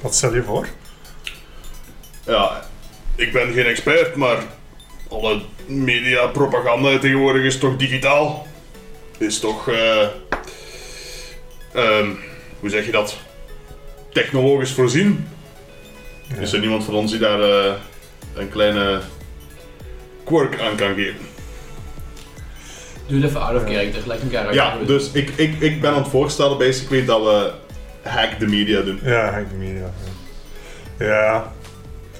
Wat stel je voor?
Ja, ik ben geen expert, maar alle media propaganda tegenwoordig is toch digitaal? Is toch. eh, ehm, hoe zeg je dat? Technologisch voorzien?
Ja.
Is er niemand van ons die daar eh, een kleine quirk aan kan geven?
Doe het even out of character, leg elkaar uit.
Ja, dus ik, ik, ik ben aan het voorstellen basically dat we hack de media doen.
Ja, ik meen ja. Ja.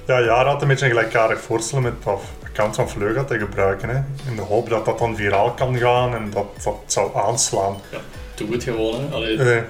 Ja, Jara had een beetje een gelijkaardig voorstellen met dat account van Vleugel te gebruiken. Hè. In de hoop dat dat dan viraal kan gaan en dat dat zou aanslaan.
Doe het gewoon, hè. Allee,
Eh,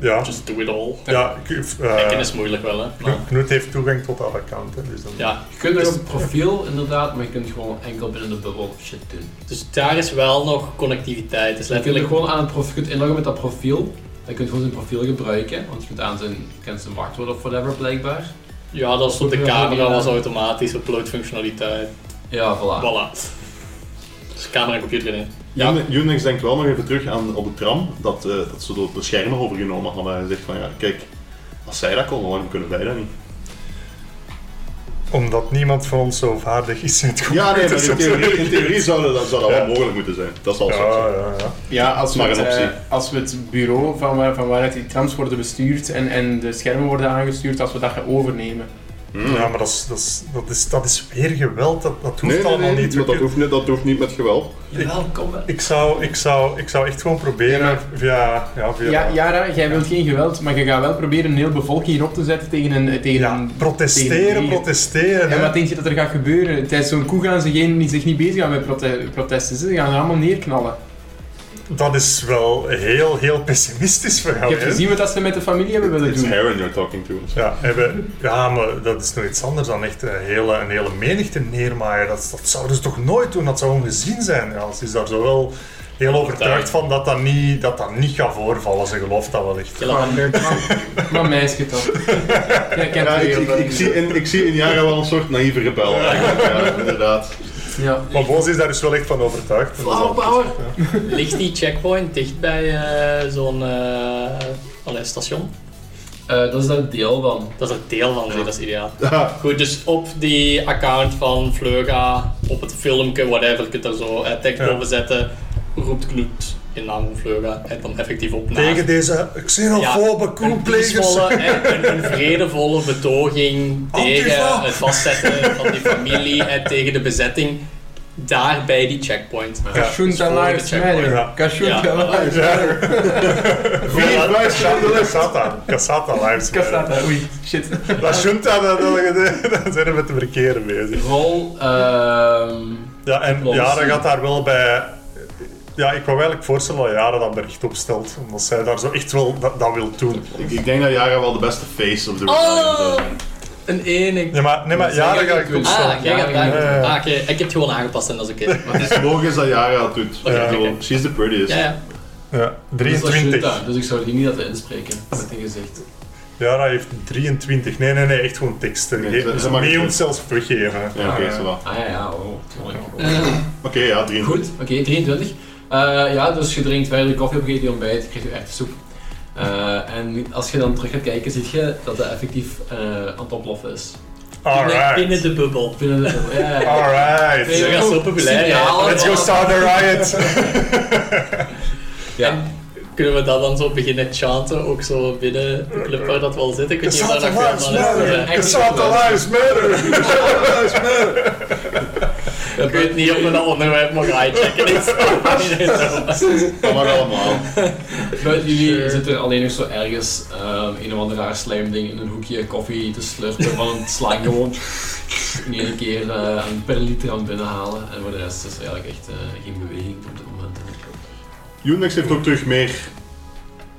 ja.
just do it all.
Ja, ik-
Hacken
eh
is moeilijk wel, hè. Maar,
Knut heeft toegang tot dat account. Hè, dus dan...
ja,
Je kunt er een profiel inderdaad, maar je kunt gewoon enkel binnen de bubbel shit doen.
dus daar is wel nog connectiviteit. Het is
Je kunt er
letterlijk
gewoon aan het profiel, je kunt inloggen met dat profiel. Dan kun je gewoon zijn profiel gebruiken, want je kunt aan zijn, kent zijn wachtwoord of whatever blijkbaar.
Ja, dat stond de
Ja,
camera,
ja.
was automatisch, upload functionaliteit.
Ja, voilà.
Voilà. Dus camera en computer in.
Ja. Unix denkt wel nog even terug aan op de tram, dat, eh, dat ze de, de schermen overgenomen hadden en gezegd van ja, kijk, als zij dat konden, waarom kunnen wij dat niet?
Omdat niemand van ons zo vaardig is in het
Ja, [laughs] nee, maar in
computer-
theorie, in theorie zou dat, zou dat
Ja.
wel mogelijk moeten zijn. Dat is al
Ja,
zo.
ja, ja.
Ja, als we,
Maar
het,
een optie.
eh, als we het bureau van, waar, van waaruit die trams worden bestuurd en, en de schermen worden aangestuurd, als we dat gaan overnemen.
Mm.
Hm, Ja, maar dat is, dat, is, dat, is, dat is weer geweld. Dat, dat hoeft
Nee, nee,
allemaal
nee,
niet. We
maar dat
kunnen-
hoeft niet, dat hoeft niet met geweld.
Jawel, kom wel.
Ik, zou, ik, zou, ik zou echt gewoon proberen
Ja,
via... Ja, via
Ja, Jara, jij wilt geen geweld, maar je gaat wel proberen een heel bevolking hierop te zetten tegen een... Tegen
Ja,
een tegen
protesteren,
een-
protesteren.
En
hè.
wat denk je dat er gaat gebeuren? Tijdens zo'n koe gaan ze geen, die zich niet bezig gaan met prote- protesten. Ze gaan er allemaal neerknallen.
Dat is wel heel, heel pessimistisch voor jou.
Je hebt
hè?
gezien wat dat ze met de familie hebben willen
It's
doen.
Heron you're talking to.
Ja, hebben, ja, maar dat is nog iets anders dan echt een hele, een hele menigte neermaaien. Dat, dat zouden ze toch nooit doen, dat zou ongezien zijn. Ja, ze is daar zo wel heel overtuigd van dat dat niet, dat dat niet gaat voorvallen. Ze gelooft dat wel echt.
Killer Hamburg.
Maar meisje toch. Ja, ik heb
Ja,
het
ik, ik,
heel
ik zie in, ik zie in Jara wel een soort naïeve rebel eigenlijk, ja, inderdaad.
Ja.
Maar Boos is daar dus wel echt van overtuigd. Dat is al-
Flowerpower!
Ligt die checkpoint dicht bij eh, zo'n eh, allee, station?
Eh dat is daar een deel van.
Dat is er deel van, nee, dat is ideaal.
Ja,
Goed, dus op die account van Vleuga, op het filmpje, whatever, je kunt er zo eh, tekst
Ja.
boven zetten, roept Knut in naam van Vleuga en dan effectief op na.
Tegen deze xenofobe
een
koeplegers.
peacevolle en een, een
[laughs]
vredevolle betoging tegen
Antifa.
het vastzetten van die familie en tegen de bezetting. Daar bij die checkpoint.
Ja.
Kashunta
Spoor
Lives
de checkpoint.
Ja.
Matter. Kashunta
Ja.
Lives
Ja.
Matter.
Vier wijs van de les.
Cassata. Cassata lives.
Kasata, oei, shit.
Dat junta, dat- dat- dat- dat zijn we met de [laughs] verkeerde bezig.
Rol, ehm
Ja, en
Klopt.
Jara gaat daar wel bij. Ja, ik wou eigenlijk voorstellen dat Jara dat bericht opstelt. Omdat zij daar zo echt wel dat, dat wil doen.
Ik, ik denk dat Jara wel de beste face op de
Oh!
rebellion is.
Een enig.
Nee, maar, nee, maar Jara ga ik
wil.
Ah, jij gaat daar.
Ja, ja.
Ah, oké. Ik heb het gewoon aangepast en dat [laughs] is oké.
Maar het is logisch dat Jara dat doet.
Ja.
Ik bedoel, She's the prettiest.
Ja, ja. Ah.
Ja,
dus dat is
23.
Junta, dus ik zou die niet laten inspreken met een gezicht.
Jara heeft 23. Nee, nee, nee, echt gewoon teksten.
Nee,
Ge-
ze- ze
ze
mag het
mee
doen.
ons zelfs weggeven.
Ja, oké,
Ja.
zo wel.
Ah ja, ja, oh, tuurlijk.
Eh,
Oké, ja, drie.
Goed, oké, 23. Eh, ja, dus je drinkt verder je koffie op, je eet je ontbijt, je krijgt je echte soep. Eh, en als je dan terug gaat kijken, zie je dat het effectief eh, aan het oploffen is.
binnen, binnen
Alright.
de bubbel.
Binnen de... Ja, ja, ja.
Ze
Alright.
gaan zo populair.
Signalen.
Ja.
Let's go start a riot.
Ja.
Kunnen we dat dan zo beginnen chanten? Ook zo binnen de club waar dat wel zit. Ik weet niet of daar
Cassata
nog
lives
wel
matter.
van
echt
Cassata
wel.
lives matter.
Ik weet niet of we dat onderwerp mag uitchecken. Ik snap het niet [laughs] zo.
Dat mag allemaal.
Buiten jullie
Sure.
zit er alleen nog zo ergens ehm, een of ander raar slijmding in een hoekje koffie te slurpen van een slang gewoon. In één keer eh, een per liter aan het binnenhalen. En voor de rest is er eigenlijk echt eh, geen beweging op dit moment.
Unix heeft ook terug meer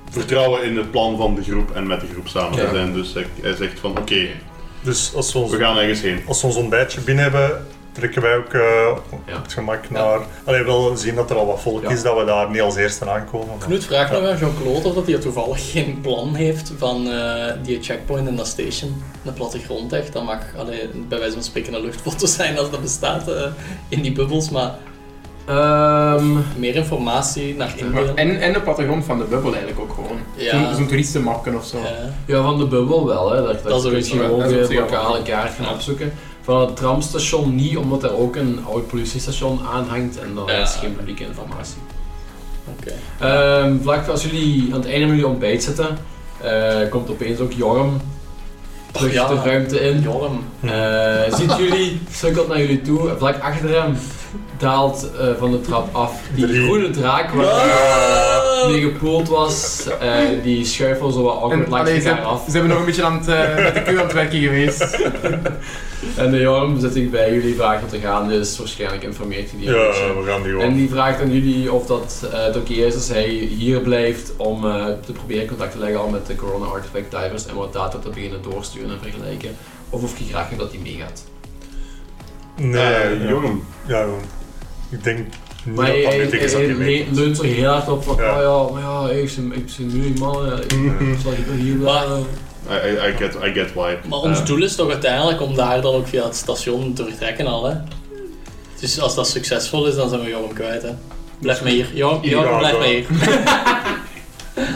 vertrouwen in het plan van de groep en met de groep samen te
Ja.
zijn. Dus hij, hij zegt van oké,
Dus als we ons
we gaan ergens heen.
als we ons ontbijtje binnen hebben, trekken wij ook eh,
Ja.
op het gemak naar. Alleen wel zien dat er al wat volk
Ja.
is, dat we daar niet als eerste aankomen. maar-
Knut vraagt nog aan Jean-Claude of dat hij toevallig geen plan heeft van eh, die checkpoint en dat station. De plattegrond echt, dat mag allee, bij wijze van spreken een luchtfoto zijn als dat bestaat eh, in die bubbels. Maar
Ehm,
meer informatie naar inbeelden.
En, en de plattegrond van de bubbel eigenlijk ook gewoon.
Ja.
Zo'n- Zo'n toeristenmakken of zo.
Ja.
ja, van de bubbel wel. Hè. Dat,
Dat is
dat kun je
sowieso, ja.
gewoon
Dat is op
weer
zich wel
lokale
goed.
kaart gaan
Ja.
opzoeken. Van het tramstation niet, omdat er ook een oud politiestation aanhangt en dan
Ja.
is geen publieke informatie.
Oké.
Ehm, vlak als jullie aan het einde van jullie ontbijt zitten, eh, komt opeens ook Jorm terug
ja.
de ruimte in.
Jorm.
Eh, ziet jullie, sukkelt naar jullie toe, en vlak achter hem daalt eh, van de trap af die
Drie.
groene draak waar mee gepoeld was. Eh, die schuifel zo wat awkward
En,
langs
allee, ze,
elkaar af.
ze hebben nog een beetje aan het, eh, met de keur aan het werken geweest.
En de Jorm Eh, zit ik bij jullie vraagt wat er gaande is, dus waarschijnlijk informeert hij die een beetje.
Ja, we gaan die gewoon.
En die vraagt aan jullie of dat eh, het oké is als hij hier blijft om eh, te proberen contact te leggen al met de Corona Artifact Divers en wat data te beginnen doorsturen en vergelijken. Of of je graag hebt dat hij meegaat.
Nee,
Eh,
ja.
jongen.
Ja, jongen. Ik denk niet
Maar
dat
hij,
dat
hij,
nuttig is.
hij
dat je weet.
le- leunt er heel hard op van,
Ja.
oh ja, maar ja, ik ben ik ben nu een man, ja, ik ik zal hier wel hier blijven.
I, I, I, get, I get why.
Maar ons
Eh,
doel is toch uiteindelijk om daar dan ook via het station te vertrekken al, hè? Dus als dat succesvol is, dan zijn we Jorm kwijt, hè? Blijf maar hier. Jorm, Jorm
Ja,
blijf
dat-
maar hier.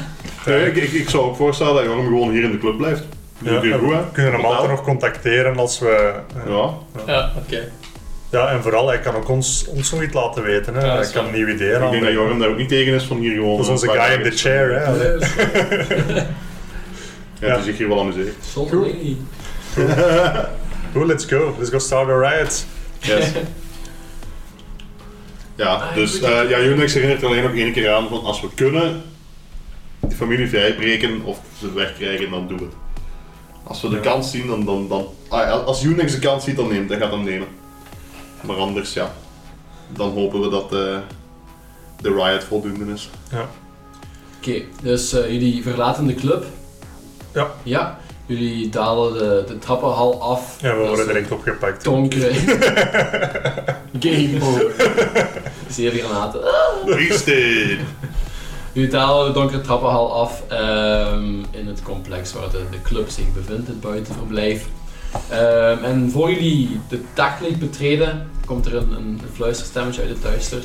nee, ik, ik, ik zou ook voorstellen dat Jorm gewoon hier in de club blijft.
Ja,
Ja, goed, hè?
we kunnen hem
Totaal.
altijd nog contacteren als we. eh, ja.
Ja,
Ja, oké.
en vooral, hij kan ook ons, ons nog iets laten weten. Hè.
Ja, dat
hij
is
kan
waar.
nieuwe ideeën
ik denk dat
aanbrengen.
Jorm daar ook niet tegen is van hier gewoon.
Dat is
een
onze
paar
guy in
dagen
the
te-
chair. Hè.
Nee, dat is-
Ja, die zich hier wel amuseert.
Zonder mij niet.
Goed, let's go. Let's go start a riot.
Yes. Ja, dus eh ja, Unix herinnert er alleen nog één keer aan van als we kunnen de familie vrijbreken of ze wegkrijgen, dan doen we het. Als we de
Ja.
kans zien, dan... dan, dan ah, ja, als Unix de kans ziet, dan neemt hij gaat hem nemen. Maar anders, ja. Dan hopen we dat eh de riot voldoende is.
Oké, dus eh, jullie verlaten de club.
Ja.
Ja, jullie dalen de, de trappenhal af.
Ja, we
Dat is
worden
een
direct opgepakt. [laughs]
Donkere. Game over. Zeer granaten.
Wasted!
Jullie dalen de donkere trappenhal af ehm, in het complex waar de, de club zich bevindt, het buitenverblijf. Ehm, en voor jullie de daglicht betreden, komt er een, een fluisterstemmetje uit het duister.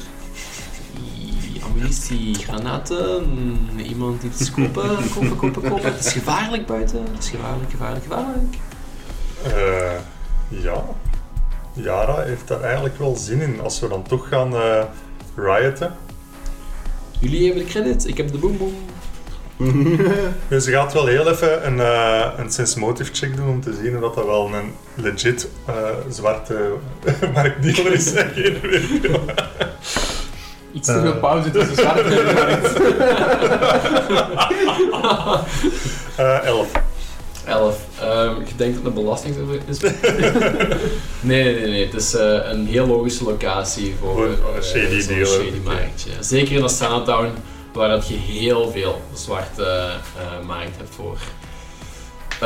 Die Ammunitie, granaten, iemand iets kopen, [laughs] kopen, kopen, kopen. Het is gevaarlijk buiten, het is gevaarlijk, gevaarlijk, gevaarlijk.
Eh, ja. Yara heeft daar eigenlijk wel zin in als we dan toch gaan eh rioten.
Jullie hebben de credit, ik heb de boom boom.
Dus ze gaat wel heel even een, eh, een sense motive check doen om te zien of dat, dat wel een legit eh, zwarte [laughs] marktdealer is. en geen werknemer.
Iets te veel
Eh.
pauze tussen zwart en markt.
Eh, elf.
11. Ehm je denkt dat het een belasting
[laughs]
is? [laughs] nee, nee, nee, nee. Het is eh, een heel logische locatie voor
Voor een
eh,
shady
zo'n
dealer.
shady marktje. Zeker in de Sanatown, waar dat je heel veel zwarte eh, markt hebt voor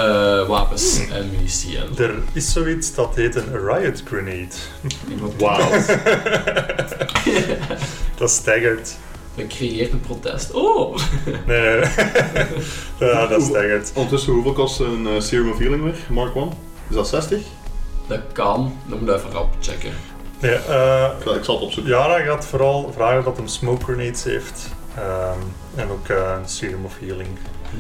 eh, wapens
Hmm.
en munitie. En
Er is zoiets dat heet een riot grenade.
Wauw.
Dat staggert.
dat creëert een protest. Oh!
Nee, nee, [laughs] nee. ja, dat staggert.
Ondertussen, hoeveel kost een eh, Serum of Healing weg? Mark 1? Is dat 60?
Dat kan. Dan moet je even rap checken.
Nee, eh,
Ik zal, ik zal het opzoeken.
Yara gaat vooral vragen dat hem smoke grenades heeft. Ehm, en ook eh, een serum of healing.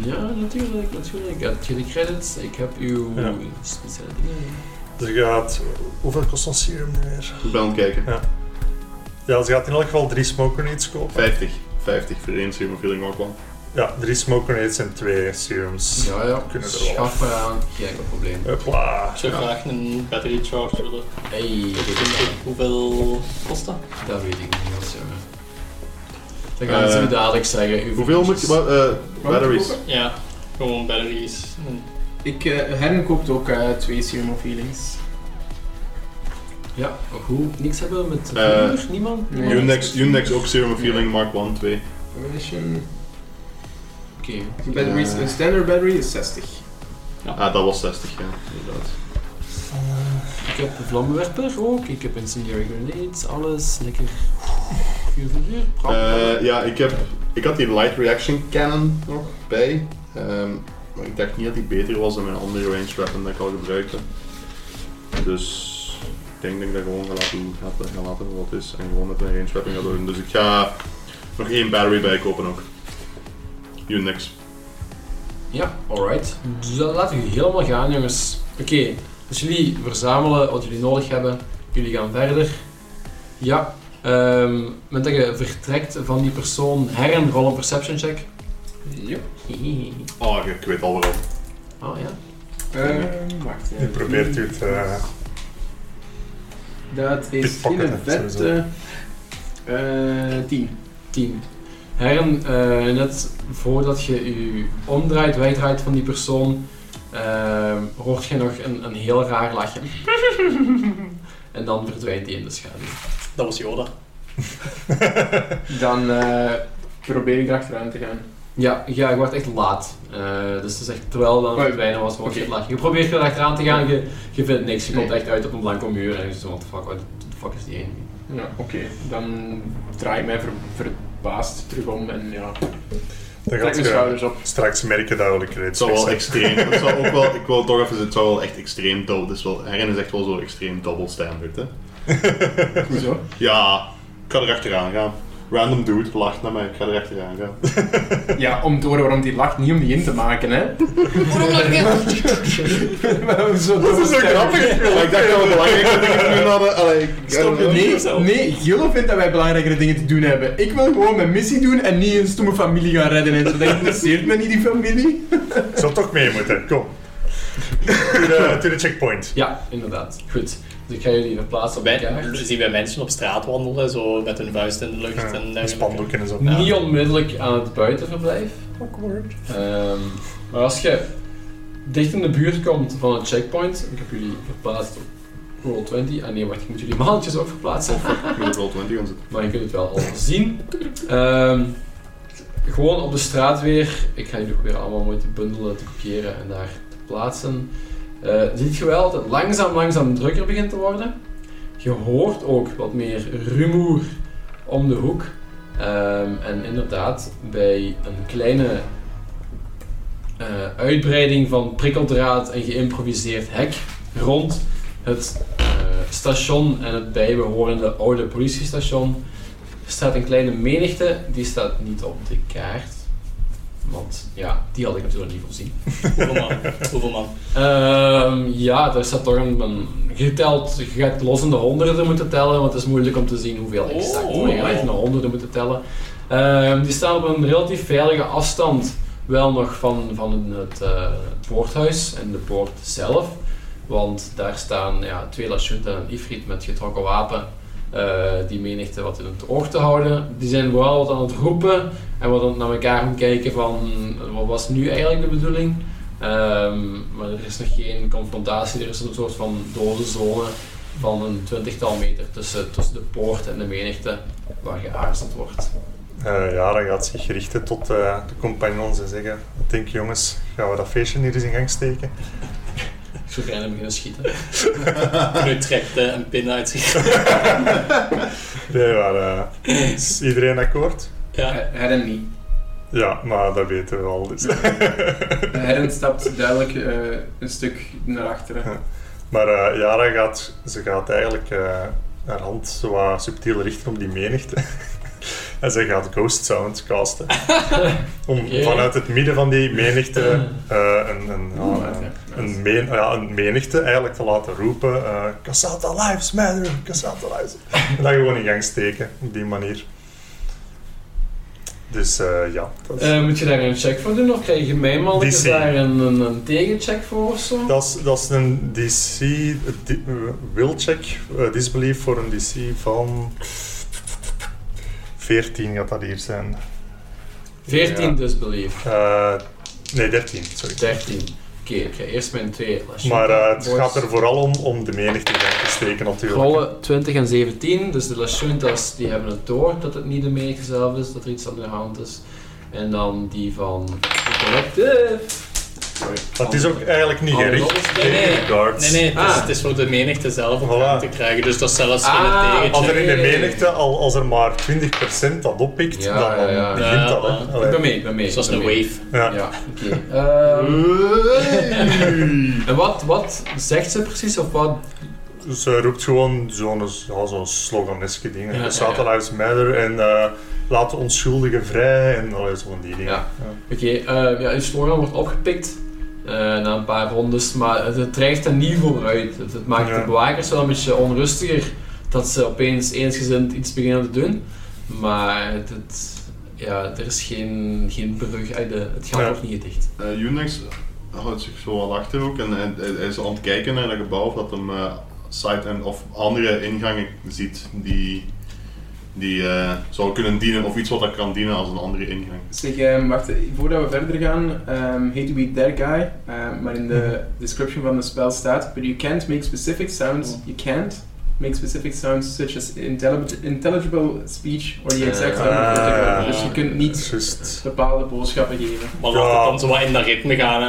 Ja, natuurlijk, natuurlijk. Heb je de credits? Ik heb uw
Ja.
speciale dingen.
Dus je gaat... Hoeveel kost een serum nu weer?
Ik ben aan het kijken.
Ja, ze gaat in elk geval drie smoke grenades kopen.
50. 50 voor één Serum of Healing Mark 1.
Ja, drie smoke grenades en twee serums.
Ja, ja.
Kunnen we er wel
Schaf maar aan. Geen probleem.
Hopla.
Ik zou
Ja.
graag een battery charge willen.
Hey,
Hoeveel kost dat?
dat weet ik niet als jongen. Dan gaan ze
Eh,
me dadelijk zeggen. uw
Hoeveel moet je...
vriendjes.
wa- eh batteries.
Ja, gewoon batteries.
Ik, eh Herren koopt ook eh, twee Serum of Healings.
Ja, maar hoe? Niks hebben we met
Eh,
vuur? Niemand?
nee.
Niemand?
Unnex, Unnex ook Serum of Healing Mark 1, 2.
Ammunition.
Oké.
Batteries,
Eh.
Een standard battery is 60.
Ah, dat was 60, ja. Inderdaad.
Ik heb de vlammenwerper ook. Ik heb incendiary grenades. Alles. Lekker. Vuur, vuur, vuur. Bram,
Eh, ja, ik heb... Ik had die Light Reaction Cannon nog bij. Ehm, maar ik dacht niet dat die beter was dan mijn andere range weapon dat ik al gebruikte. Dus... Ik denk dat ik dat gewoon ga laten, ga, ga laten voor wat het is. En gewoon met mijn range weapon ga doen. Dus ik ga nog één battery bij kopen ook. Unix.
Ja, alright. Dus Dan laat ik u helemaal gaan, jongens. Oké, dus jullie verzamelen wat jullie nodig hebben. Jullie gaan verder. Ja, ehm met dat je vertrekt van die persoon, heren, rol een perception check.
Ja.
Oh, ik, ik weet al waarom.
Oh ja.
Eh, wacht.
Nu
eh,
probeert u het... eh,
Dat is in
Pickpocket,
een vette...
sowieso.
eh 10.
10. Herren, eh, net voordat je je omdraait, wegdraait van die persoon, eh, hoort je nog een, een heel raar lachje. en dan verdwijnt die in de schaduw.
Dat was Yoda.
Dan eh, probeer ik erachteraan te gaan.
Ja, ja, ik word echt laat. Eh, dus het is echt, terwijl dan
Oh,
verdwijnen was, word je
oké.
lachen. Je probeert er achteraan te gaan, je, je vindt niks. Je komt
Nee.
echt uit op een blanco muur en je zegt, what the fuck, what the fuck is die enemy?
Ja, oké. Dan draai ik mij ver- verbaasd terug om en ja,
dan
trek
gaat
mijn
je
schouders op.
straks merken dat we de credits
Het zou wel
weg zijn.
extreem. Het zou ook wel, ik wil toch even zeggen, het zou wel echt extreem dubbel. Dus wel, Herin is echt wel zo extreem double standard, hè?
Hoezo?
Ja, ik ga er achteraan gaan. Random dude lacht naar mij, ik ga er achteraan gaan.
Ja, om te horen waarom die lacht, niet om die in te maken, hè. [laughs] Waarom zo Dat
Maar ik dacht dat we belangrijke dingen doen hadden. Allee, ik-
Stop je
Nee.
niet?
Nee, nee, Gillo vindt dat wij belangrijkere dingen te doen hebben. Ik wil gewoon mijn missie doen en niet een stomme familie gaan redden. En zo dat interesseert me niet, die familie.
Ik zal toch mee moeten, kom. [laughs] to, the, to the checkpoint.
Ja, inderdaad. Goed. Dus ik ga jullie verplaatsen op elkaar.
Wij, zien wij mensen op straat wandelen, zo met hun vuist in de lucht en
Ja, een
dergelijke.
Eh, spandoek en zo.
Niet onmiddellijk aan het buitenverblijf. Ehm, maar als je dicht in de buurt komt van het checkpoint, ik heb jullie verplaatst op Roll 20. Ah nee, wacht, ik moet jullie maandjes ook verplaatsen.
Ik moet op roll 20 gaan zitten.
Maar je kunt het wel al zien. Ehm, gewoon op de straat weer. Ik ga jullie proberen allemaal mooi te bundelen, te kopiëren en daar te plaatsen. Eh ziet je wel dat het langzaam, langzaam drukker begint te worden. Je hoort ook wat meer rumoer om de hoek. Ehm, en inderdaad, bij een kleine eh, uitbreiding van prikkeldraad en geïmproviseerd hek rond het eh, station en het bijbehorende oude politiestation staat een kleine menigte. Die staat niet op de kaart. Want ja, die had ik natuurlijk niet voorzien.
Hoeveel man? Hoeveel man?
Ehm, ja, daar staat toch een, een geteld, je gaat lossende honderden moeten tellen, want het is moeilijk om te zien hoeveel exact.
Oh.
maar je gaat echt naar honderden moeten tellen. Ehm, die staan op een relatief veilige afstand, wel nog van, van het, eh, het poorthuis en de poort zelf. Want daar staan ja, twee Lashunta en een Ifrit met getrokken wapen. eh, die menigte wat in het oog te houden. Die zijn wel wat aan het roepen en wat aan het naar elkaar gaan kijken van wat was nu eigenlijk de bedoeling. Ehm, maar er is nog geen confrontatie, er is een soort van dode zone van een twintigtal meter tussen, tussen de poort en de menigte waar geaarzeld wordt.
Eh Jara gaat zich richten tot eh, de compagnons en zeggen: Wat denk je jongens, gaan we dat feestje hier eens in gang steken?
Ik zou bijna beginnen schieten.
Nu trekt eh, een pin uit zich.
Nee, maar eh, is iedereen akkoord?
Ja.
Herren niet.
Ja, maar dat weten we al. Dus. [laughs]
Herren stapt duidelijk eh, een stuk naar achteren.
Maar eh, Yara gaat, ze gaat eigenlijk eh, haar hand zo wat subtiel richten op die menigte. [laughs] en ze gaat Ghost Sound casten. Om
Oké.
vanuit het midden van die menigte eh, een, een, ja,
Oeh,
een,
nice,
een men- ja, een menigte eigenlijk te laten roepen. eh Cassata lives matter, Cassata lives. en dat gewoon in gang steken, op die manier. Dus eh, ja, dat is,
Eh, moet je daar een check voor doen of krijg je mij mannetjes
DC.
daar een, een, een tegencheck voor of zo?
dat is, dat is een DC, di- eh, will check, eh, disbelief voor een DC van 14 gaat dat hier zijn.
14
Ja.
dus, believe.
Eh, nee, 13, sorry.
13. Oké, ik ga eerst mijn twee lasjes.
Maar eh, het gaat er vooral om, om de menigte in gang te steken natuurlijk.
Rollen 20 en 17, dus de Lashuntas die hebben het door dat het niet de menigte zelf is, dat er iets aan de hand is. En dan die van de collective. Sorry.
Dat is ook eigenlijk niet
Andere
gericht
rollen?
Nee, nee.
tegen de guards.
Nee, nee, het is,
Ah.
het is voor de menigte zelf om
Voilà.
gang te krijgen. Dus dat is zelfs geen
Ah,
Als
tegencheck.
er in de
Nee.
menigte, al, als er maar 20% dat oppikt,
Ja,
dan, dan
ja, ja.
begint dat. hè.
Ja, ja.
Ik
Allee.
ben mee, ik ben mee.
Dus dat is
ik
een
ben mee.
wave.
Ja.
Ja, oké. Ehm,
Hey.
en wat, wat zegt ze precies? Of wat?
Dus hij roept gewoon zo'n ja, zo'n sloganeske ding.
Ja,
Ja,
ja,
Satan
ja.
Lives Matter en eh, laat de onschuldigen vrij en allee, zo'n die dingen.
Ja. Oké, eh, ja, uw slogan wordt opgepikt eh, na een paar rondes, maar het, het drijft er niet vooruit. Het, het maakt de
Ja.
bewakers wel een beetje onrustiger dat ze opeens eensgezind iets beginnen te doen. Maar het, het- ja, er is geen, geen brug uit de... Het gaat
Ja.
nog niet dicht.
Eh, Unix houdt zich zo wel achter ook en hij, hij- hij is aan het kijken naar dat gebouw of dat hem eh, side en of andere ingangen ziet die, die eh, zou kunnen dienen of iets wat dat kan dienen als een andere ingang.
Zeg, ehm, wacht, eh, voordat we verder gaan, ehm hate to be that guy, ehm, maar in de description van de spel staat, but you can't make specific sounds, you can't make specific sounds such as intelli- intelligible speech or the exact sound of the particular.
Ah.
Dus je kunt
Dat is
niet
juist.
bepaalde boodschappen geven.
Maar laat
Ja.
het dan zo wat in dat ritme gaan. Hè.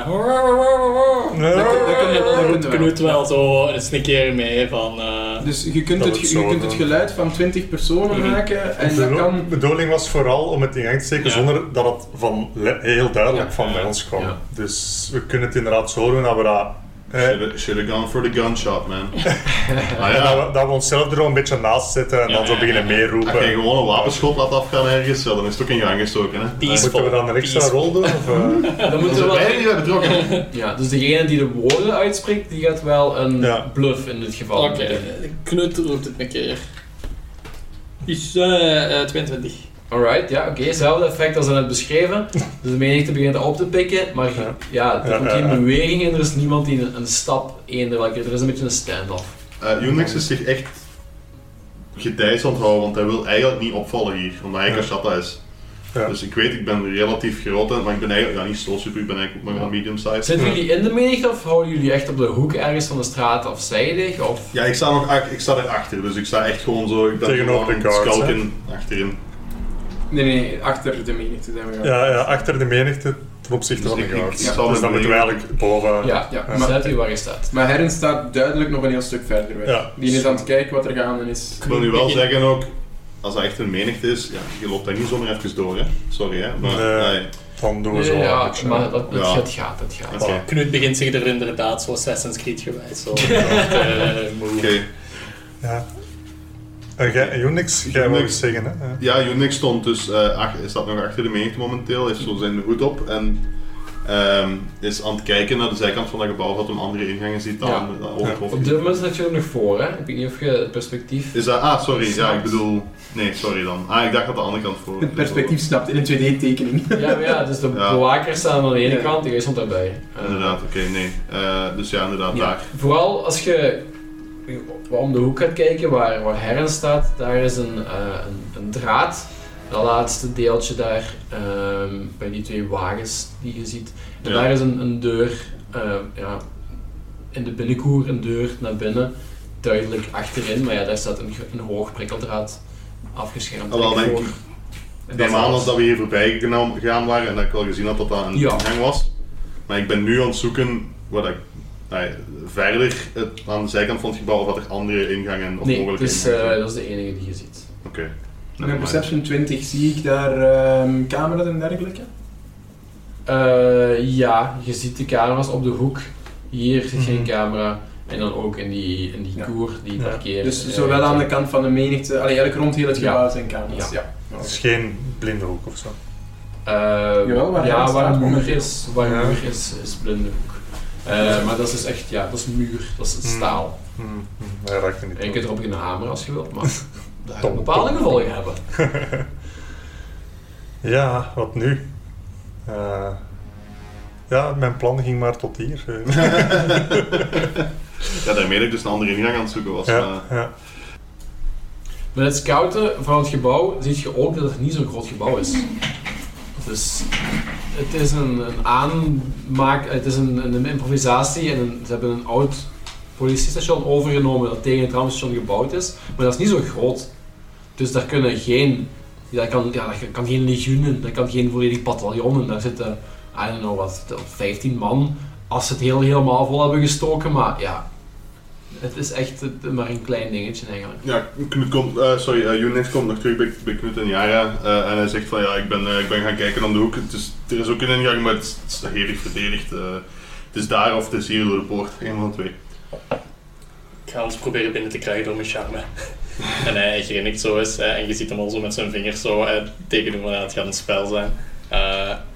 Nee,
Dat, dat, kunnen we- dat kunnen we
Het
wel.
knoeit wel zo eens een keer mee van... eh,
Dus je kunt,
Dat
het,
het
je
zo
kunt het
dan.
geluid van 20 personen
Mhm.
maken en
de
dat
bedo-
kan...
bedoeling was vooral om het in gang te steken
Ja.
zonder dat het van le- heel duidelijk
Ja.
van bij
Ja.
ons kwam.
Ja.
Dus we kunnen het inderdaad zo doen dat we dat... eh,
Should have- Should have gone for the
[laughs]
gunshot, man. ah
en dat,
ja,
we, dat we onszelf er wel een beetje naast zetten en
Ja,
dan zo
ja,
beginnen
ja.
meeroepen.
als je gewoon een wapenschot laat afgaan ergens, ja, dan is het ook in gang gestoken. Hè?
Peaceful.
Moeten we dan een extra
Peaceful.
rol doen? Of, eh?
Dan
Dan
moeten
zijn
we
wij niet
wel,
bij betrokken.
Dus ja, dus degene die de woorden uitspreekt, die gaat wel een
Ja.
bluff in dit geval
Oké,
doen.
Knut roept het een keer. Is eh, eh, 22.
Alright, ja, oké. Hetzelfde effect als net beschreven. Dus de menigte begint op te pikken, maar
Ja.
ja, er
Ja,
komt
ja,
geen
ja.
beweging in. Er is niemand die een, een stap eender welke. Er is een beetje een stand-off.
Eh Unix is zich echt gedijs aan het houden, want hij wil eigenlijk niet opvallen hier, omdat hij
Ja.
Kashata is.
Ja.
Dus ik weet, ik ben relatief groot, hè, maar ik ben eigenlijk ja, niet zo super, ik ben eigenlijk ook maar wel medium size.
Zitten jullie in de menigte of houden jullie echt op de hoek ergens van de straat afzijdig? Of...
Ja, ik sta, nog, ach- ik sta erachter, dus ik sta echt gewoon zo, ik ben
Tegenover
gewoon
de guards, hè?
skalken achterin.
Nee, nee, achter de menigte zijn we gaan.
Ja, ja, achter de menigte ten opzichte
Dus
van de
ik- ik-
guards.
ik zal
dus dan
mijn
moeten we
ding-
eigenlijk boven.
Ja,
ja.
ja. staat u waar je staat.
Maar Herren staat duidelijk nog een heel stuk verder weg.
Ja.
Die is aan het kijken wat er gaande is.
Ik wil nu wel
Begin.
zeggen ook, als dat echt een menigte is, ja, je loopt daar niet zomaar even door, hè. Sorry, hè. Maar,
Nee.
nee.
Dan doen we zo. een
ja,
beetje,
maar
hè.
dat, dat,
Ja.
Het gaat, het gaat.
Oké.
Voilà.
Knut begint zich er inderdaad zo Assassin's Creed gewijs. [laughs] Zo. Eh, moe.
Oké.
Ja. En jij, en Unix, jij wil
Unix.
iets zeggen, hè? Ja.
Ja, Unix stond dus, eh, ach, staat nog achter de menigte momenteel, heeft zo zijn hoed op en ehm, is aan het kijken naar de zijkant van dat gebouw wat hem andere ingangen ziet dan
Ja.
eh, over het hoofd.
Op dit moment zit je er nog voor, hè? Ik weet niet of je het perspectief.
Is dat, ah, sorry, ja,
Snapt.
ik bedoel, nee, sorry dan. Ah, ik dacht dat de andere kant voor.
Het perspectief snapt in een 2D-tekening.
Ja, maar ja, dus de
Ja.
bewakers staan aan de ene
Ja.
kant en jij stond daarbij. Eh,
Inderdaad, oké, nee. Eh, dus ja, inderdaad,
Ja.
daar.
Vooral als je om de hoek gaat kijken waar, waar Herren staat, daar is een, eh, een, een draad. Dat laatste deeltje daar, ehm, bij die twee wagens die je ziet. En
Ja.
daar is een, een deur, eh, ja, in de binnenkoer een deur naar binnen, duidelijk achterin. Maar ja, daar staat een, ge- een hoog prikkeldraad afgeschermd.
Ah, wel, denk
voor.
ik.
En dat
Neem
is
aan
alles.
als dat we hier voorbij gena- gegaan waren en dat ik wel gezien had dat dat een
Ja.
ingang was. Maar ik ben nu aan het zoeken wat ik nou ja, verder het, aan de zijkant van het gebouw of dat er andere ingangen of
Nee,
mogelijke
dus,
ingangen
eh,
zijn.
dat is de enige die je ziet.
Oké.
Met
Nevermind.
Perception 20 zie ik daar ehm, camera's en dergelijke.
Eh, ja, je ziet de camera's op de hoek. Hier zit geen
Mhm.
camera. En dan ook in die, in die
Ja.
koer die
Ja.
parkeert.
Dus
Eh,
zowel aan de kant van de menigte, allee, eigenlijk rond heel het
Ja.
gebouw zijn camera's. Ja.
Het is geen blinde hoek of zo.
eh,
Jawel, waar
ja,
hij
waar
staat
een muur
momenteel.
is, waar een
Ja.
muur is, is blinde hoek. Eh, maar dat is dus echt, ja, dat is muur, dat is
Mhm.
staal.
Hm, hm, Hij raakt er niet
En je
door.
kunt erop gaan hameren als je wilt, maar dat
Tom,
kan bepaalde
tom.
gevolgen hebben.
Ja, wat nu? Eh, ja, mijn plan ging maar
[laughs]
tot hier. eh.
Ja, daarmee dat ik dus een andere ingang aan het zoeken was.
ja,
maar-
ja.
Met het scouten van het gebouw zie je ook dat het niet zo'n groot gebouw is. Dus het is een, een aanmaak, het is een, een improvisatie en een- ze hebben een oud politiestation overgenomen dat tegen het tramstation gebouwd is, maar dat is niet zo groot. Dus daar kunnen geen, daar kan, ja, daar kan geen legioen in, daar kan geen volledig bataljon in, daar zitten, I don't know wat, 15 man als ze het heel helemaal vol hebben gestoken, maar ja, het is echt eh, maar een klein dingetje eigenlijk.
Ja, Knut komt, eh, sorry, eh, Younes komt nog terug bij, bij Knut en Jara. eh, en hij zegt van ja, ik ben, eh, ik ben gaan kijken om de hoek. Het is, er is ook een ingang, maar het is, het is hevig verdedigd. eh. het is daar of het is hier door de poort. Een van de twee.
Ik ga ons proberen binnen te krijgen door mijn charme. [laughs] en hij grinnikt zo eens eh, en je ziet hem al zo met zijn vingers zo eh, tegen doen van ja, het gaat een spel zijn. Eh,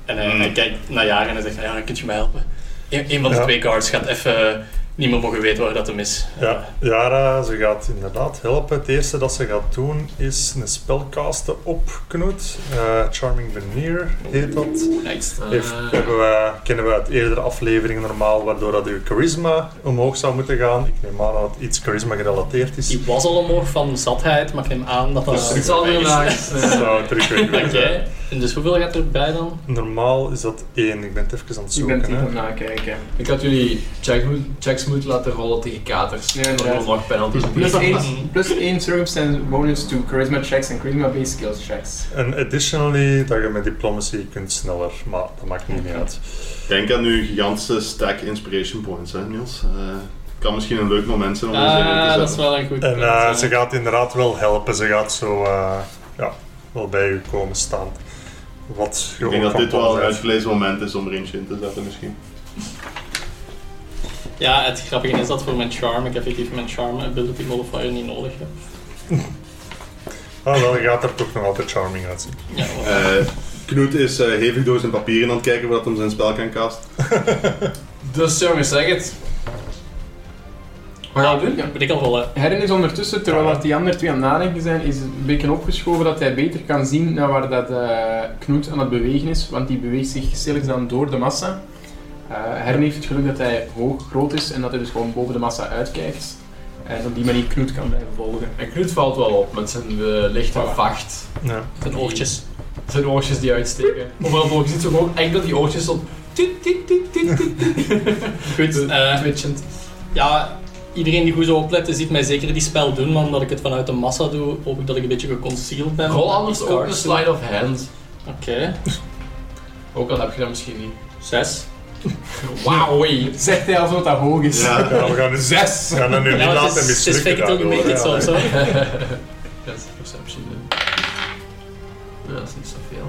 en hij,
Hmm.
Mm.
hij kijkt naar Jaren en hij zegt van ja, kunt je mij helpen? Eén één van de
Ja.
twee guards gaat even, niemand mogen weten waar dat hem is.
ja, Yara, ze gaat inderdaad helpen. Het eerste dat ze gaat doen is een spel casten op Knut. Eh, Charming Veneer heet dat.
Nice.
Heeft,
Ah.
hebben wij, kennen we uit eerdere afleveringen normaal, waardoor dat uw charisma omhoog zou moeten gaan. Ik neem aan dat het iets charisma gerelateerd is.
Die was al omhoog van zatheid, maar ik neem aan dat dat
Het is allemaal
weg
nice.
Dat zou terug weer
[laughs] Dank
kunnen zijn.
jij. En dus hoeveel gaat erbij dan?
Normaal is dat één. Ik ben het even aan het
Ik
zoeken.
ben het niet
hè.
aan het nakijken.
Ik had jullie check moet- checks moeten laten rollen tegen katers.
Ja,
Ja,
inderdaad.
er nog penalties op
Plus
die-
1 plus één circumstance bonus to charisma checks en charisma based skills checks.
En additionally, dat je met diplomacy kunt sneller, maar dat maakt niet meer uit.
Denk aan uw gigantische stack inspiration points, hè, Niels. Eh, het kan misschien een leuk moment zijn om eens in te
Ah, dat is
zetten.
wel een goed
En
punt,
eh,
ja.
ze gaat inderdaad wel helpen. Ze gaat zo eh, ja, wel bij u komen staan. Wat je
Ik
ook
denk dat
van
dit
plan
wel een
bent.
uitgelezen moment is om er eentje in te zetten, misschien.
Ja, het grappige is dat voor mijn charm, ik effectief mijn charm ability modifier niet nodig heb.
Ah, wel, je gaat er toch nog altijd charming uitzien.
Ja, wel.
Eh Knut is eh, hevig door zijn papieren aan het kijken voordat hij zijn spel kan [laughs] casten.
Dus jongens, zeg het. Wat gaan we doen?
Moet ik al rollen?
Herren is ondertussen, terwijl dat die andere twee aan het nadenken zijn, is een beetje opgeschoven dat hij beter kan zien naar waar dat eh Knoet aan het bewegen is, want die beweegt zich stilletjes aan door de massa. Eh Herren heeft het geluk dat hij hoog groot is en dat hij dus gewoon boven de massa uitkijkt. En op die manier Knoet kan blijven volgen.
En Knut valt wel op met zijn eh, lichte
Voilà.
vacht.
Ja.
Zijn oortjes.
zijn oortjes die uitsteken. Hoewel volgens ziet ze gewoon enkel die oortjes op. Tiet, tiet, tiet, tiet, tiet, tiet.
Goed, eh,
Twitchend.
ja, iedereen die goed zou opletten ziet mij zeker die spel doen, maar omdat ik het vanuit de massa doe, hoop ik dat ik een beetje geconcealed ben.
Rol anders
Die cards
ook dus- een
doen.
slide of hand.
Oké,
Ook al heb je dat misschien niet.
zes.
Wauw, wee.
Zegt hij alsof dat hoog is.
Ja.
Ja, we gaan dus
Zes!
We gaan dat nu niet
Ja, want
laten
het is, het is
mislukken
fake it till you
daardoor,
make
hè.
it zo of zo.
Dat is perception. hè. Ja, dat is niet zoveel.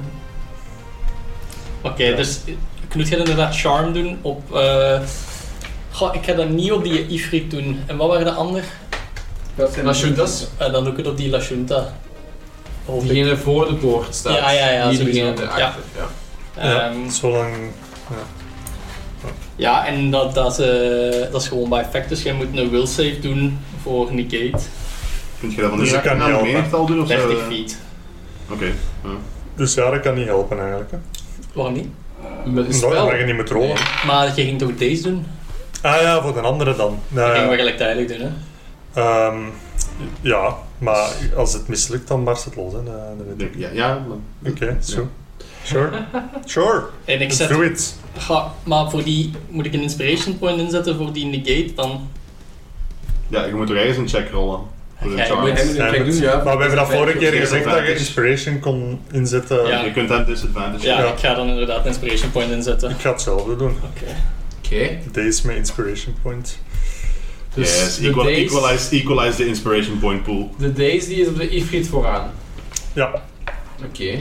Oké, dus Knut gaat inderdaad charm doen op... eh, Goh, ik ga dat niet op die Ifrit doen. En wat waren de anderen?
Dat zijn
En als je dat,
En dan doe ik het op die La Junta. Hoop ik.
diegene voor de poort staat.
Ja, ja, ja,
Niet
sowieso.
diegene
Ja.
erachter. Ja.
Ja,
Ehm,
Zolang
Ja, en dat, dat, is, eh, dat is gewoon bij effect. Dus jij moet een will save doen voor Negate.
Vind je dat van de
Dus ik
rakken
kan niet
naar
helpen.
beneden al doen of zo?
30
eh? Oké.
feet.
ja.
Dus ja, dat kan niet helpen eigenlijk.
Dus
Hè.
Waarom niet?
Met een spel.
Omdat je niet moet rollen.
Maar je ging toch deze doen?
Ah ja, voor de andere dan.
Dat
Nou,
gingen we
ja.
gelijktijdig doen, hè?
Ehm, ja, maar als het mislukt, dan barst het los. Hè. Dat- dat weet ik.
Denk- Ja, ja, maar...
Oké, zo. Sure. [laughs] Sure.
En ik
Let's
zet...
do it.
Ga, maar voor die... Moet ik een inspiration point inzetten voor die Negate dan?
Ja, je moet er ergens een check rollen. Voor de
Ja, je
charm.
moet-
Hij moet een
Ja,
check doen, ja.
Maar we hebben dat vorige keer
Ja,
gezegd dat je
advantage.
inspiration kon inzetten.
Ja.
Je kunt dat disadvantage
Ja,
Ja.
ik ga dan inderdaad een inspiration point inzetten.
Ik ga hetzelfde doen.
Oké.
Oké.
Deze is mijn inspiration point.
Dus
yes,
de,
equal,
days,
equalize, equalize the inspiration point [laughs] pool.
de days die is op de Ifrit vooraan.
Ja.
Oké.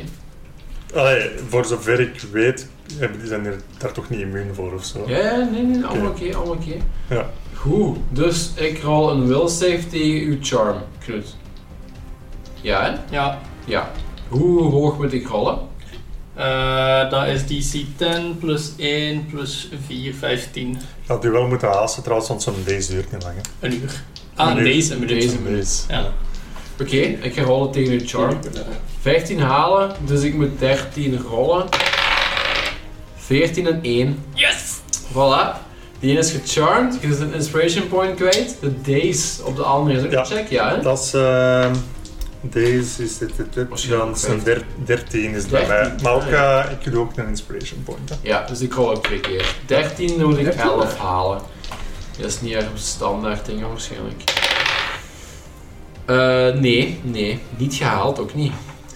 Allee, voor zover ik weet, hebben die zijn er daar toch niet immuun voor of zo.
Ja, ja, nee, nee, nee, allemaal
Oké.
oké, allemaal oké.
Ja.
Goed, dus ik rol een will save tegen uw charm, Knut. Ja, hè?
[laughs] Ja.
Ja. Hoe hoog moet ik rollen?
Eh, dat is DC 10 plus 1 plus 4, 15.
Had u wel moeten haasten trouwens, want zo'n deze duurt niet lang. Hè.
Een uur. Ah,
Een uur.
deze een minuut.
Deze.
Zo'n deze.
Ja.
Oké, ik ga rollen tegen uw charm. 15 halen, dus ik moet 13 rollen. 14 en 1.
Yes!
Voilà. Die ene is gecharmed, je is een inspiration point kwijt. De days op de andere is ook
Ja.
een check, ja hè?
Dat is. ehm, deze is dit, dit, dit.
Waarschijnlijk
Dan is een der- 13 is bij mij.
13,
Maar ook,
ah, ja.
eh, ik doe ook een inspiration point. Hè.
Ja, dus ik rol ook twee keer. 13 moet ik
13?
11 halen. Dat is niet erg standaard dingen waarschijnlijk. Eh, nee, nee. Niet gehaald, ook niet.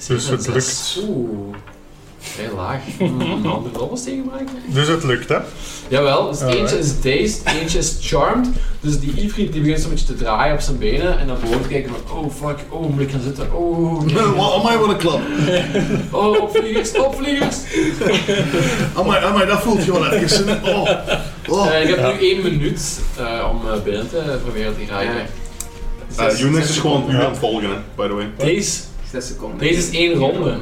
Dus het
7 en zes.
lukt.
Oeh. Heel laag. Hmm, Een andere dobbels tegenmaken?
Dus het lukt, hè?
Jawel, dus
Alright.
eentje is dazed, eentje is charmed. Dus die Ifrit die begint zo'n beetje te draaien op zijn benen en naar boven kijken van oh fuck, oh moet ik gaan zitten, oh nee.
Amai, wat een klap.
Oh opvliegers, opvliegers!
[laughs]
Amai, amai, dat voelt je wel even. Oh. Oh.
Eh, ik heb nu één minuut eh, om eh, binnen te proberen te geraken.
Eh, Unix is gewoon u
Ja.
aan het volgen, hè, by the way.
Deze,
Zes seconden.
deze is één ronde.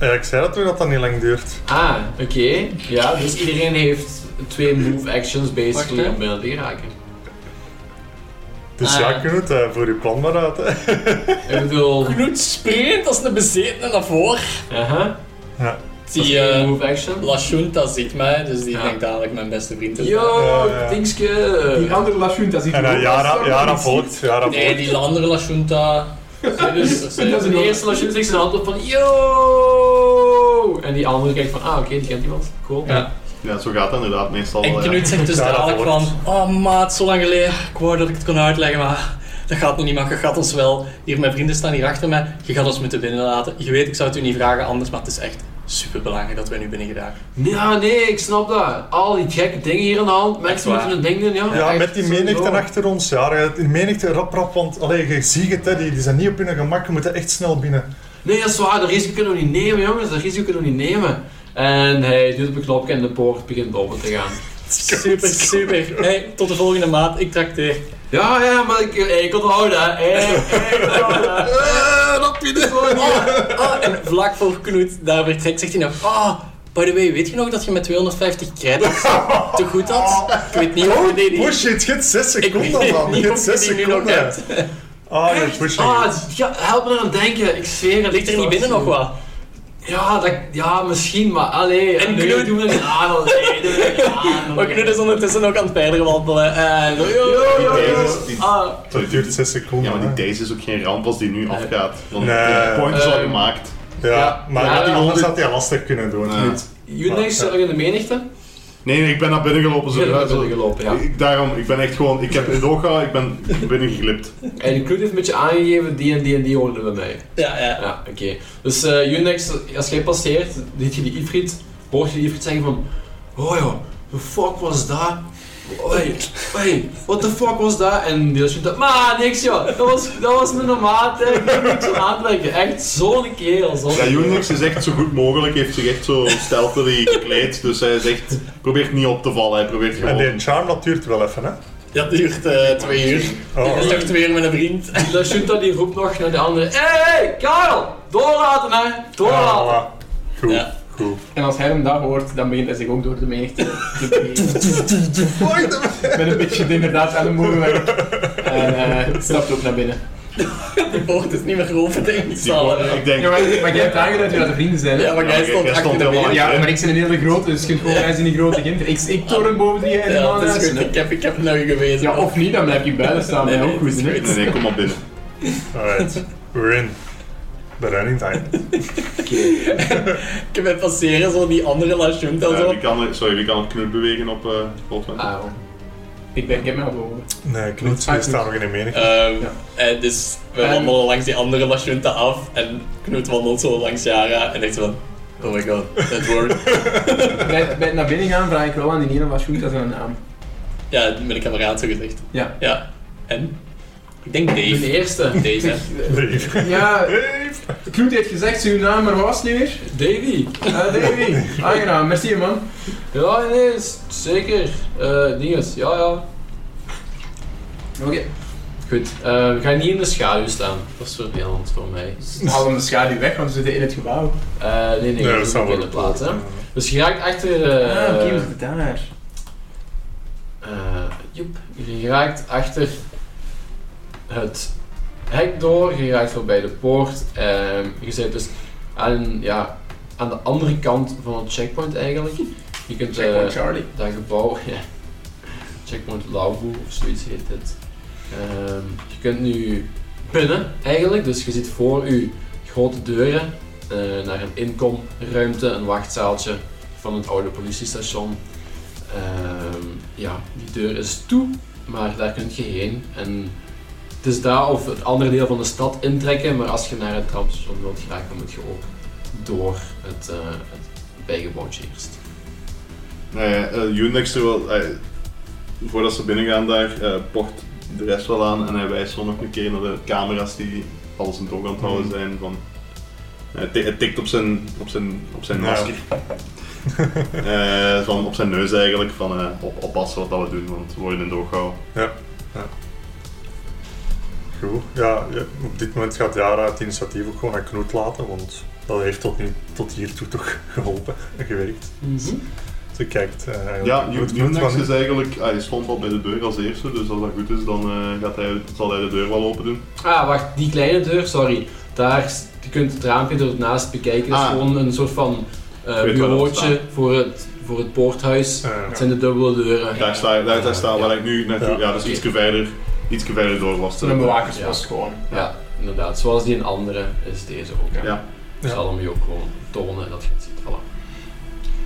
Ja, ik zei dat toen dat dat niet lang duurt.
Ah, oké. Ja, dus iedereen heeft twee move actions
Wacht,
basically
hè.
om binnen te geraken.
Dus
Ah,
ja,
ja.
Knut, eh, voer je plan maar uit. Hè.
Ik bedoel,
Knut springt als een bezetene naar voren.
aha, dat is
Die
één
eh
move action.
La Junta ziet mij, dus die
Ja.
denkt dadelijk mijn beste vriend is daar.
Yo,
Ja, ja.
Die
dingske!
andere Lachun, dat is
En eh, Jara, Jara volgt. Jara
Nee,
volgt.
die andere La Junta. Dus,
Dat
eh,
is de eerste als je steekt zijn hand op van yo! En die andere kijkt van ah oké, die kent iemand. Cool.
ja.
Ja, zo gaat dat inderdaad meestal. eh,
En
wel, ja.
Knut zegt dus
Ja, dat
dadelijk van,
hoort.
oh maat, zo lang geleden, ik wou dat ik het kon uitleggen, maar dat gaat nog niet, maar je gaat ons wel, hier mijn vrienden staan hier achter mij, je gaat ons moeten binnenlaten. Je weet, ik zou het u niet vragen anders, maar het is echt superbelangrijk dat wij nu binnen geraken.
Ja, nee, ik snap dat. Al die gekke dingen hier aan de hand.
Echt
Mensen
waar.
moeten hun ding doen, ja.
Ja,
Echt,
met die
sowieso.
menigte achter ons. Ja, die menigte rap rap, want allee, je ziet het, hè, die, die zijn niet op hun gemak, we moeten echt snel binnen.
Nee, dat is waar. Dat risico kunnen we niet nemen, jongens. Dat risico kunnen we niet nemen. En hij duwt op een knopje en de poort begint open te gaan.
Super, super. Hey, tot de volgende maat, ik trakteer.
Ja, ja, maar ik, hey, ik onthoud dat. Hey, hey, Eh, ik onthoud dat.
Eh,
Ah, ah, en vlak voor Knut daar vertrekt, zegt hij nog, ah, by the way, weet je nog dat je met 250 credits te goed had? Ik weet niet of je die niet...
Push it, Oh, je hebt 6
Ik weet
seconden, man. Je
niet
hebt
of je
6
die nu nog
seconden.
hebt.
Ah, je push
Ah, ja, help me aan denken. Ik zweer het.
Ligt er niet binnen nog wat?
Ja, dat, ja misschien, maar allee.
En
nee,
Knut-
doen we niet aan.
[laughs]
allee, doen we niet aan.
Maar Knut is ondertussen ook aan het verder wandelen. Eh, En...
Yo, yo,
Die
yo.
deze is- die-
Ah,
Dat duurt 6 seconden.
Ja, maar die
hè.
deze is ook geen ramp als die nu afgaat. Want
Nee.
de point is al
Ehm,
gemaakt.
Ja,
Ja.
maar
Ja,
met die
ja,
anders
maar-
had hij lastig kunnen doen.
Ja.
Niet.
Unix zat nog in de menigte.
Nee, nee, ik ben naar binnen gelopen. Zo,
Ja,
zo-
binnen gelopen, ja.
Ik, daarom, ik ben echt gewoon, ik heb in Doha, ik ben binnen geglipt.
En de crew heeft een beetje aangegeven, die en die en die hoorden bij mij.
Ja, ja.
Ja, oké. Dus eh Unix, als jij passeert, ziet je die Ifrit, hoort je die Ifrit zeggen van Oh ja, the fuck was dat? Oei, oei, what the fuck was dat? En die schudt dat, maar niks joh, dat was, dat was mijn maat, hè. ik kan niks aan aantrekken. Echt zo'n kerel, zo'n
Ja, Unix is echt zo goed mogelijk, heeft zich echt zo stealthily gekleed. Dus hij is echt, probeert niet op te vallen, hij probeert
En
gewoon...
die charm, dat duurt wel even, hè?
Dat duurt eh, twee uur.
Oh,
Dat is toch twee uur met een vriend.
Dat schudt dat die roept nog naar de andere. Hé, hey, Karel, doorlaten hè,
ja,
doorlaten.
voilà. Goed,
Ja.
goed.
En als hij hem dat hoort, dan begint hij zich ook door de menigte te bewegen. Met een beetje inderdaad aan de mogelijk. En eh, stapt ook naar binnen.
De poort is niet meer geopend in de
Die
eh,
zaal.
gewoon-
hè.
ik denk,
Ja, maar, maar jij hebt aangeduid dat we vrienden zijn, hè?
eh, Ja, maar jij
Ja,
stond
jij
achter
stond
de
helemaal
muur.
Ja, maar ik ben een hele grote, dus je kunt gewoon wijzen in die grote kinder. Ik, ik toren boven die en
Ja, dat is goed.
ja,
Ik heb, ik heb nou gewezen.
ja, of niet, dan blijf je buiten staan,
Nee,
maar
nee,
ook goed,
dat is
hè?
nee, nee, kom maar binnen.
Alright, we're in. But anytime.
Ik heb het passeren, zo die andere La Junta.
Ja,
zo.
wie Eh, kan, er- sorry, wie kan het knut bewegen op eh Rotwijn?
Ah, joh.
Ik ben, ik heb mij al boven.
Nee, Knoets,
Ah,
we
goed.
staan nog in de mening.
Ehm,
Ja.
En dus we
En-
wandelen langs die andere La Junta af. En Knut wandelt zo langs Yara. En denkt van: Oh my god, that word.
Bij, bij het naar binnen gaan vraag ik wel aan die Nina wat goed, dat is een naam.
ja, met een kameraad zo gezegd.
Ja.
Ja. En? Ik denk
De
Dave.
eerste,
Dave, hè.
[laughs] Dave.
Ja,
Dave.
Knoet heeft gezegd zijn naam, maar wat was het nu weer?
Davy.
Ah, Davy. Aangenaam, merci man.
Ja, nee, s- zeker. Eh dinges, ja, ja.
Oké.
Goed, eh, we gaan niet in de schaduw staan. Dat is vervelend voor mij.
Haal hem de schaduw weg, want we zitten in het gebouw.
Eh, nee, nee,
Nee,
dat is
staan
een
we
hele
op de
plaat, hè.
poort.
Dus je raakt achter... eh
ah, oké, we zitten daar.
eh, joep. Je raakt achter het hek door, je raakt voorbij de poort. ehm, je zit dus aan, ja, aan de andere kant van het checkpoint eigenlijk. Je kunt eh,
Checkpoint Charlie.
dat gebouw, [laughs] ja. Checkpoint Lauwboe of zoiets heet het. Ehm, je kunt nu binnen eigenlijk, dus je ziet voor u grote deuren eh, naar een inkomruimte, een wachtzaaltje van het oude politiestation. Ehm, ja, die deur is toe, maar daar kunt je heen. En het is daar of het andere deel van de stad intrekken, maar als je naar het tramstation wilt geraken, dan moet je ook door het, eh het bijgebouwtje eerst.
Nee, eh Unix er wel, eh, voordat ze binnengaan daar, eh pocht de rest wel aan en hij wijst zo nog een keer naar de camera's die alles in het oog aan het houden zijn. Van, hij ti- hij tikt op zijn, op zijn, op zijn
Ja.
masker. Eh, van, op zijn neus eigenlijk, van eh, op, oppassen wat dat we doen, want we worden in het oog gehouden.
Goed. Ja, ja, op dit moment gaat Jara het initiatief ook gewoon aan Knoet laten, want dat heeft tot, nu, tot hiertoe toch geholpen en gewerkt. Ze kijkt eh, eigenlijk
Ja,
goed.
Unix
Knoet van-
is eigenlijk, hij stond al bij de deur als eerste, dus als dat goed is, dan eh, gaat hij, zal hij de deur wel open doen.
Ah, wacht, die kleine deur, sorry. Daar, s- je kunt het raampje ernaast bekijken. Dat is
Ah.
gewoon een soort van eh
waar dat
bureautje
staat.
voor het, voor het poorthuis.
Eh,
Het zijn de dubbele deuren.
Daar staat, daar, daar staat waar ik nu naartoe, ja,
Ja.
dus ietsje verder, ietsje verder door was.
Zo'n bewakerspost gewoon.
Ja, inderdaad. Zoals die een andere is deze ook. hè.
Ja.
Ik zal hem je ook gewoon tonen dat je het ziet. Voilà.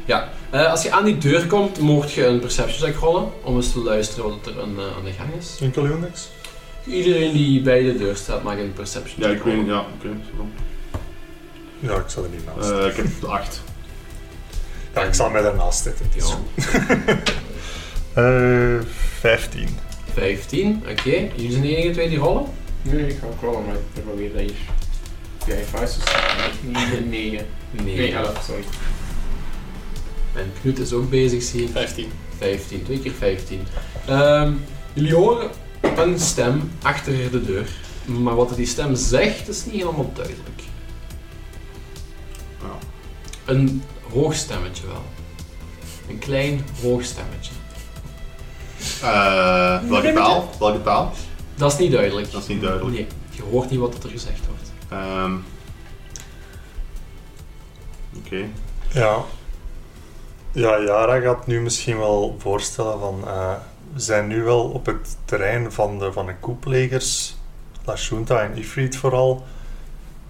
Ja, eh, als je aan die deur komt, mocht je een perception check rollen om eens te luisteren wat er aan, eh, aan de gang is.
Enkel Unix?
Iedereen die bij de deur staat, maakt een perception
Ja,
check
ik weet
rollen.
niet. Ja, oké. zo.
Ja, ik zal er niet naast.
Eh, ik heb de 8.
ja, ik zal mij daarnaast zetten.
Ja.
Eh, 15.
15, oké. Jullie zijn de enige twee die rollen.
Nee, ik ga ook wel, maar ik probeer dat hier. Ja, ik was dus niet 9. Nee, 11, sorry.
En Knut is ook bezig, zie ik.
15.
15, twee keer 15. Ehm, jullie horen een stem achter de deur. Maar wat die stem zegt, is niet helemaal duidelijk.
Ja.
Een hoog stemmetje wel. Een klein hoog stemmetje.
Eh, welke taal? Welke taal?
Dat is niet duidelijk.
Dat is niet duidelijk.
Nee, je hoort niet wat er gezegd wordt.
Ehm. Oké.
Ja. Ja, Jara gaat nu misschien wel voorstellen van... eh, we zijn nu wel op het terrein van de, van de koeplegers. La Junta en Ifrit vooral.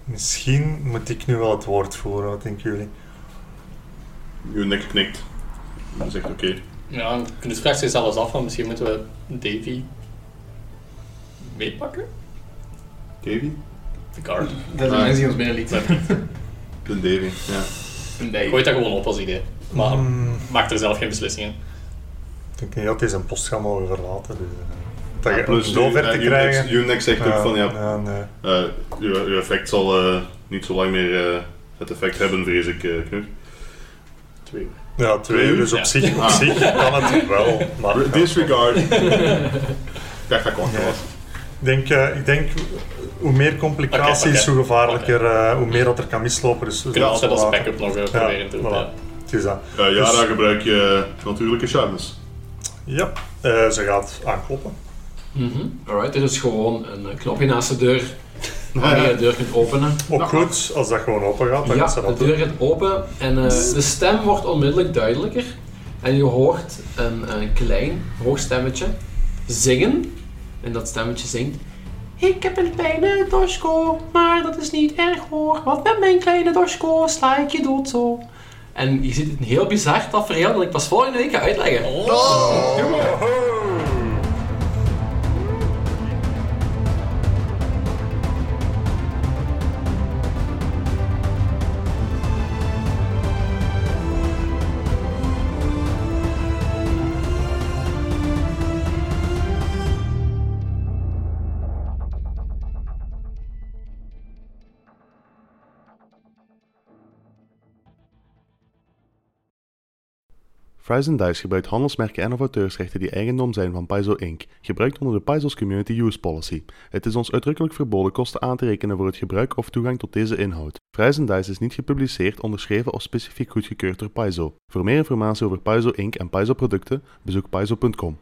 Misschien moet ik nu wel het woord voeren, wat denken jullie?
Unek knikt. Hij zegt oké.
Ja, Knut vraagt zich zelfs af, van misschien moeten we Davy meepakken?
Davy?
De guard.
Dat zijn
Ah.
mensen die ons binnenliet.
De Davy, ja.
Ik gooi dat gewoon op als idee. Maar
Hmm,
maak er zelf geen beslissingen.
ik denk niet dat hij zijn post gaat mogen verlaten. Dus, eh, dat
Ja,
je om zover te
Unex-
krijgen.
Unex zegt ook van ja,
nee.
eh, uw, uw effect zal eh, niet zo lang meer eh, het effect hebben, vrees ik, eh Knut.
Twee uur.
ja, twee uur, dus op
Ja.
zich, op
Ah.
zich kan
[laughs]
het wel. Maar
Re-
ja. [laughs]
Disregard. Ik dacht dat kwam
Ja.
was.
Ik denk, eh, ik denk, hoe meer complicaties,
Oké, oké.
hoe gevaarlijker, eh, hoe meer dat er kan mislopen. Dus we
We kunnen
zullen
altijd als
wel laten.
backup nog eh,
Ja,
proberen te roepen.
voilà. Het is dat.
Eh, ja,
Dus-
daar gebruik je natuurlijke charmes.
Ja, eh, ze gaat aankloppen.
Mhm. Alright, dit is gewoon een eh, knopje naast de deur
[laughs]
waarmee je de deur kunt openen.
Ook
Nou,
goed, als dat gewoon open gaat, dan
Ja,
gaat ze
de
dat
deur
doen.
gaat open en eh, de stem wordt onmiddellijk duidelijker. En je hoort een, eh, klein, hoog stemmetje zingen. En dat stemmetje zingt... Ik heb een kleine dorsko, maar dat is niet erg hoor. Want met mijn kleine dorsko sla ik je dood zo. En je ziet een heel bizar tafereel dat ik pas volgende week ga uitleggen.
Fries and Dice gebruikt handelsmerken en of auteursrechten die eigendom zijn van Paizo Inc., gebruikt onder de Paizo's Community Use Policy. Het is ons uitdrukkelijk verboden kosten aan te rekenen voor het gebruik of toegang tot deze inhoud. Fries and Dice is niet gepubliceerd, onderschreven of specifiek goedgekeurd door Paizo. Voor meer informatie over Paizo Inc. en Paizo producten, bezoek paizo.com.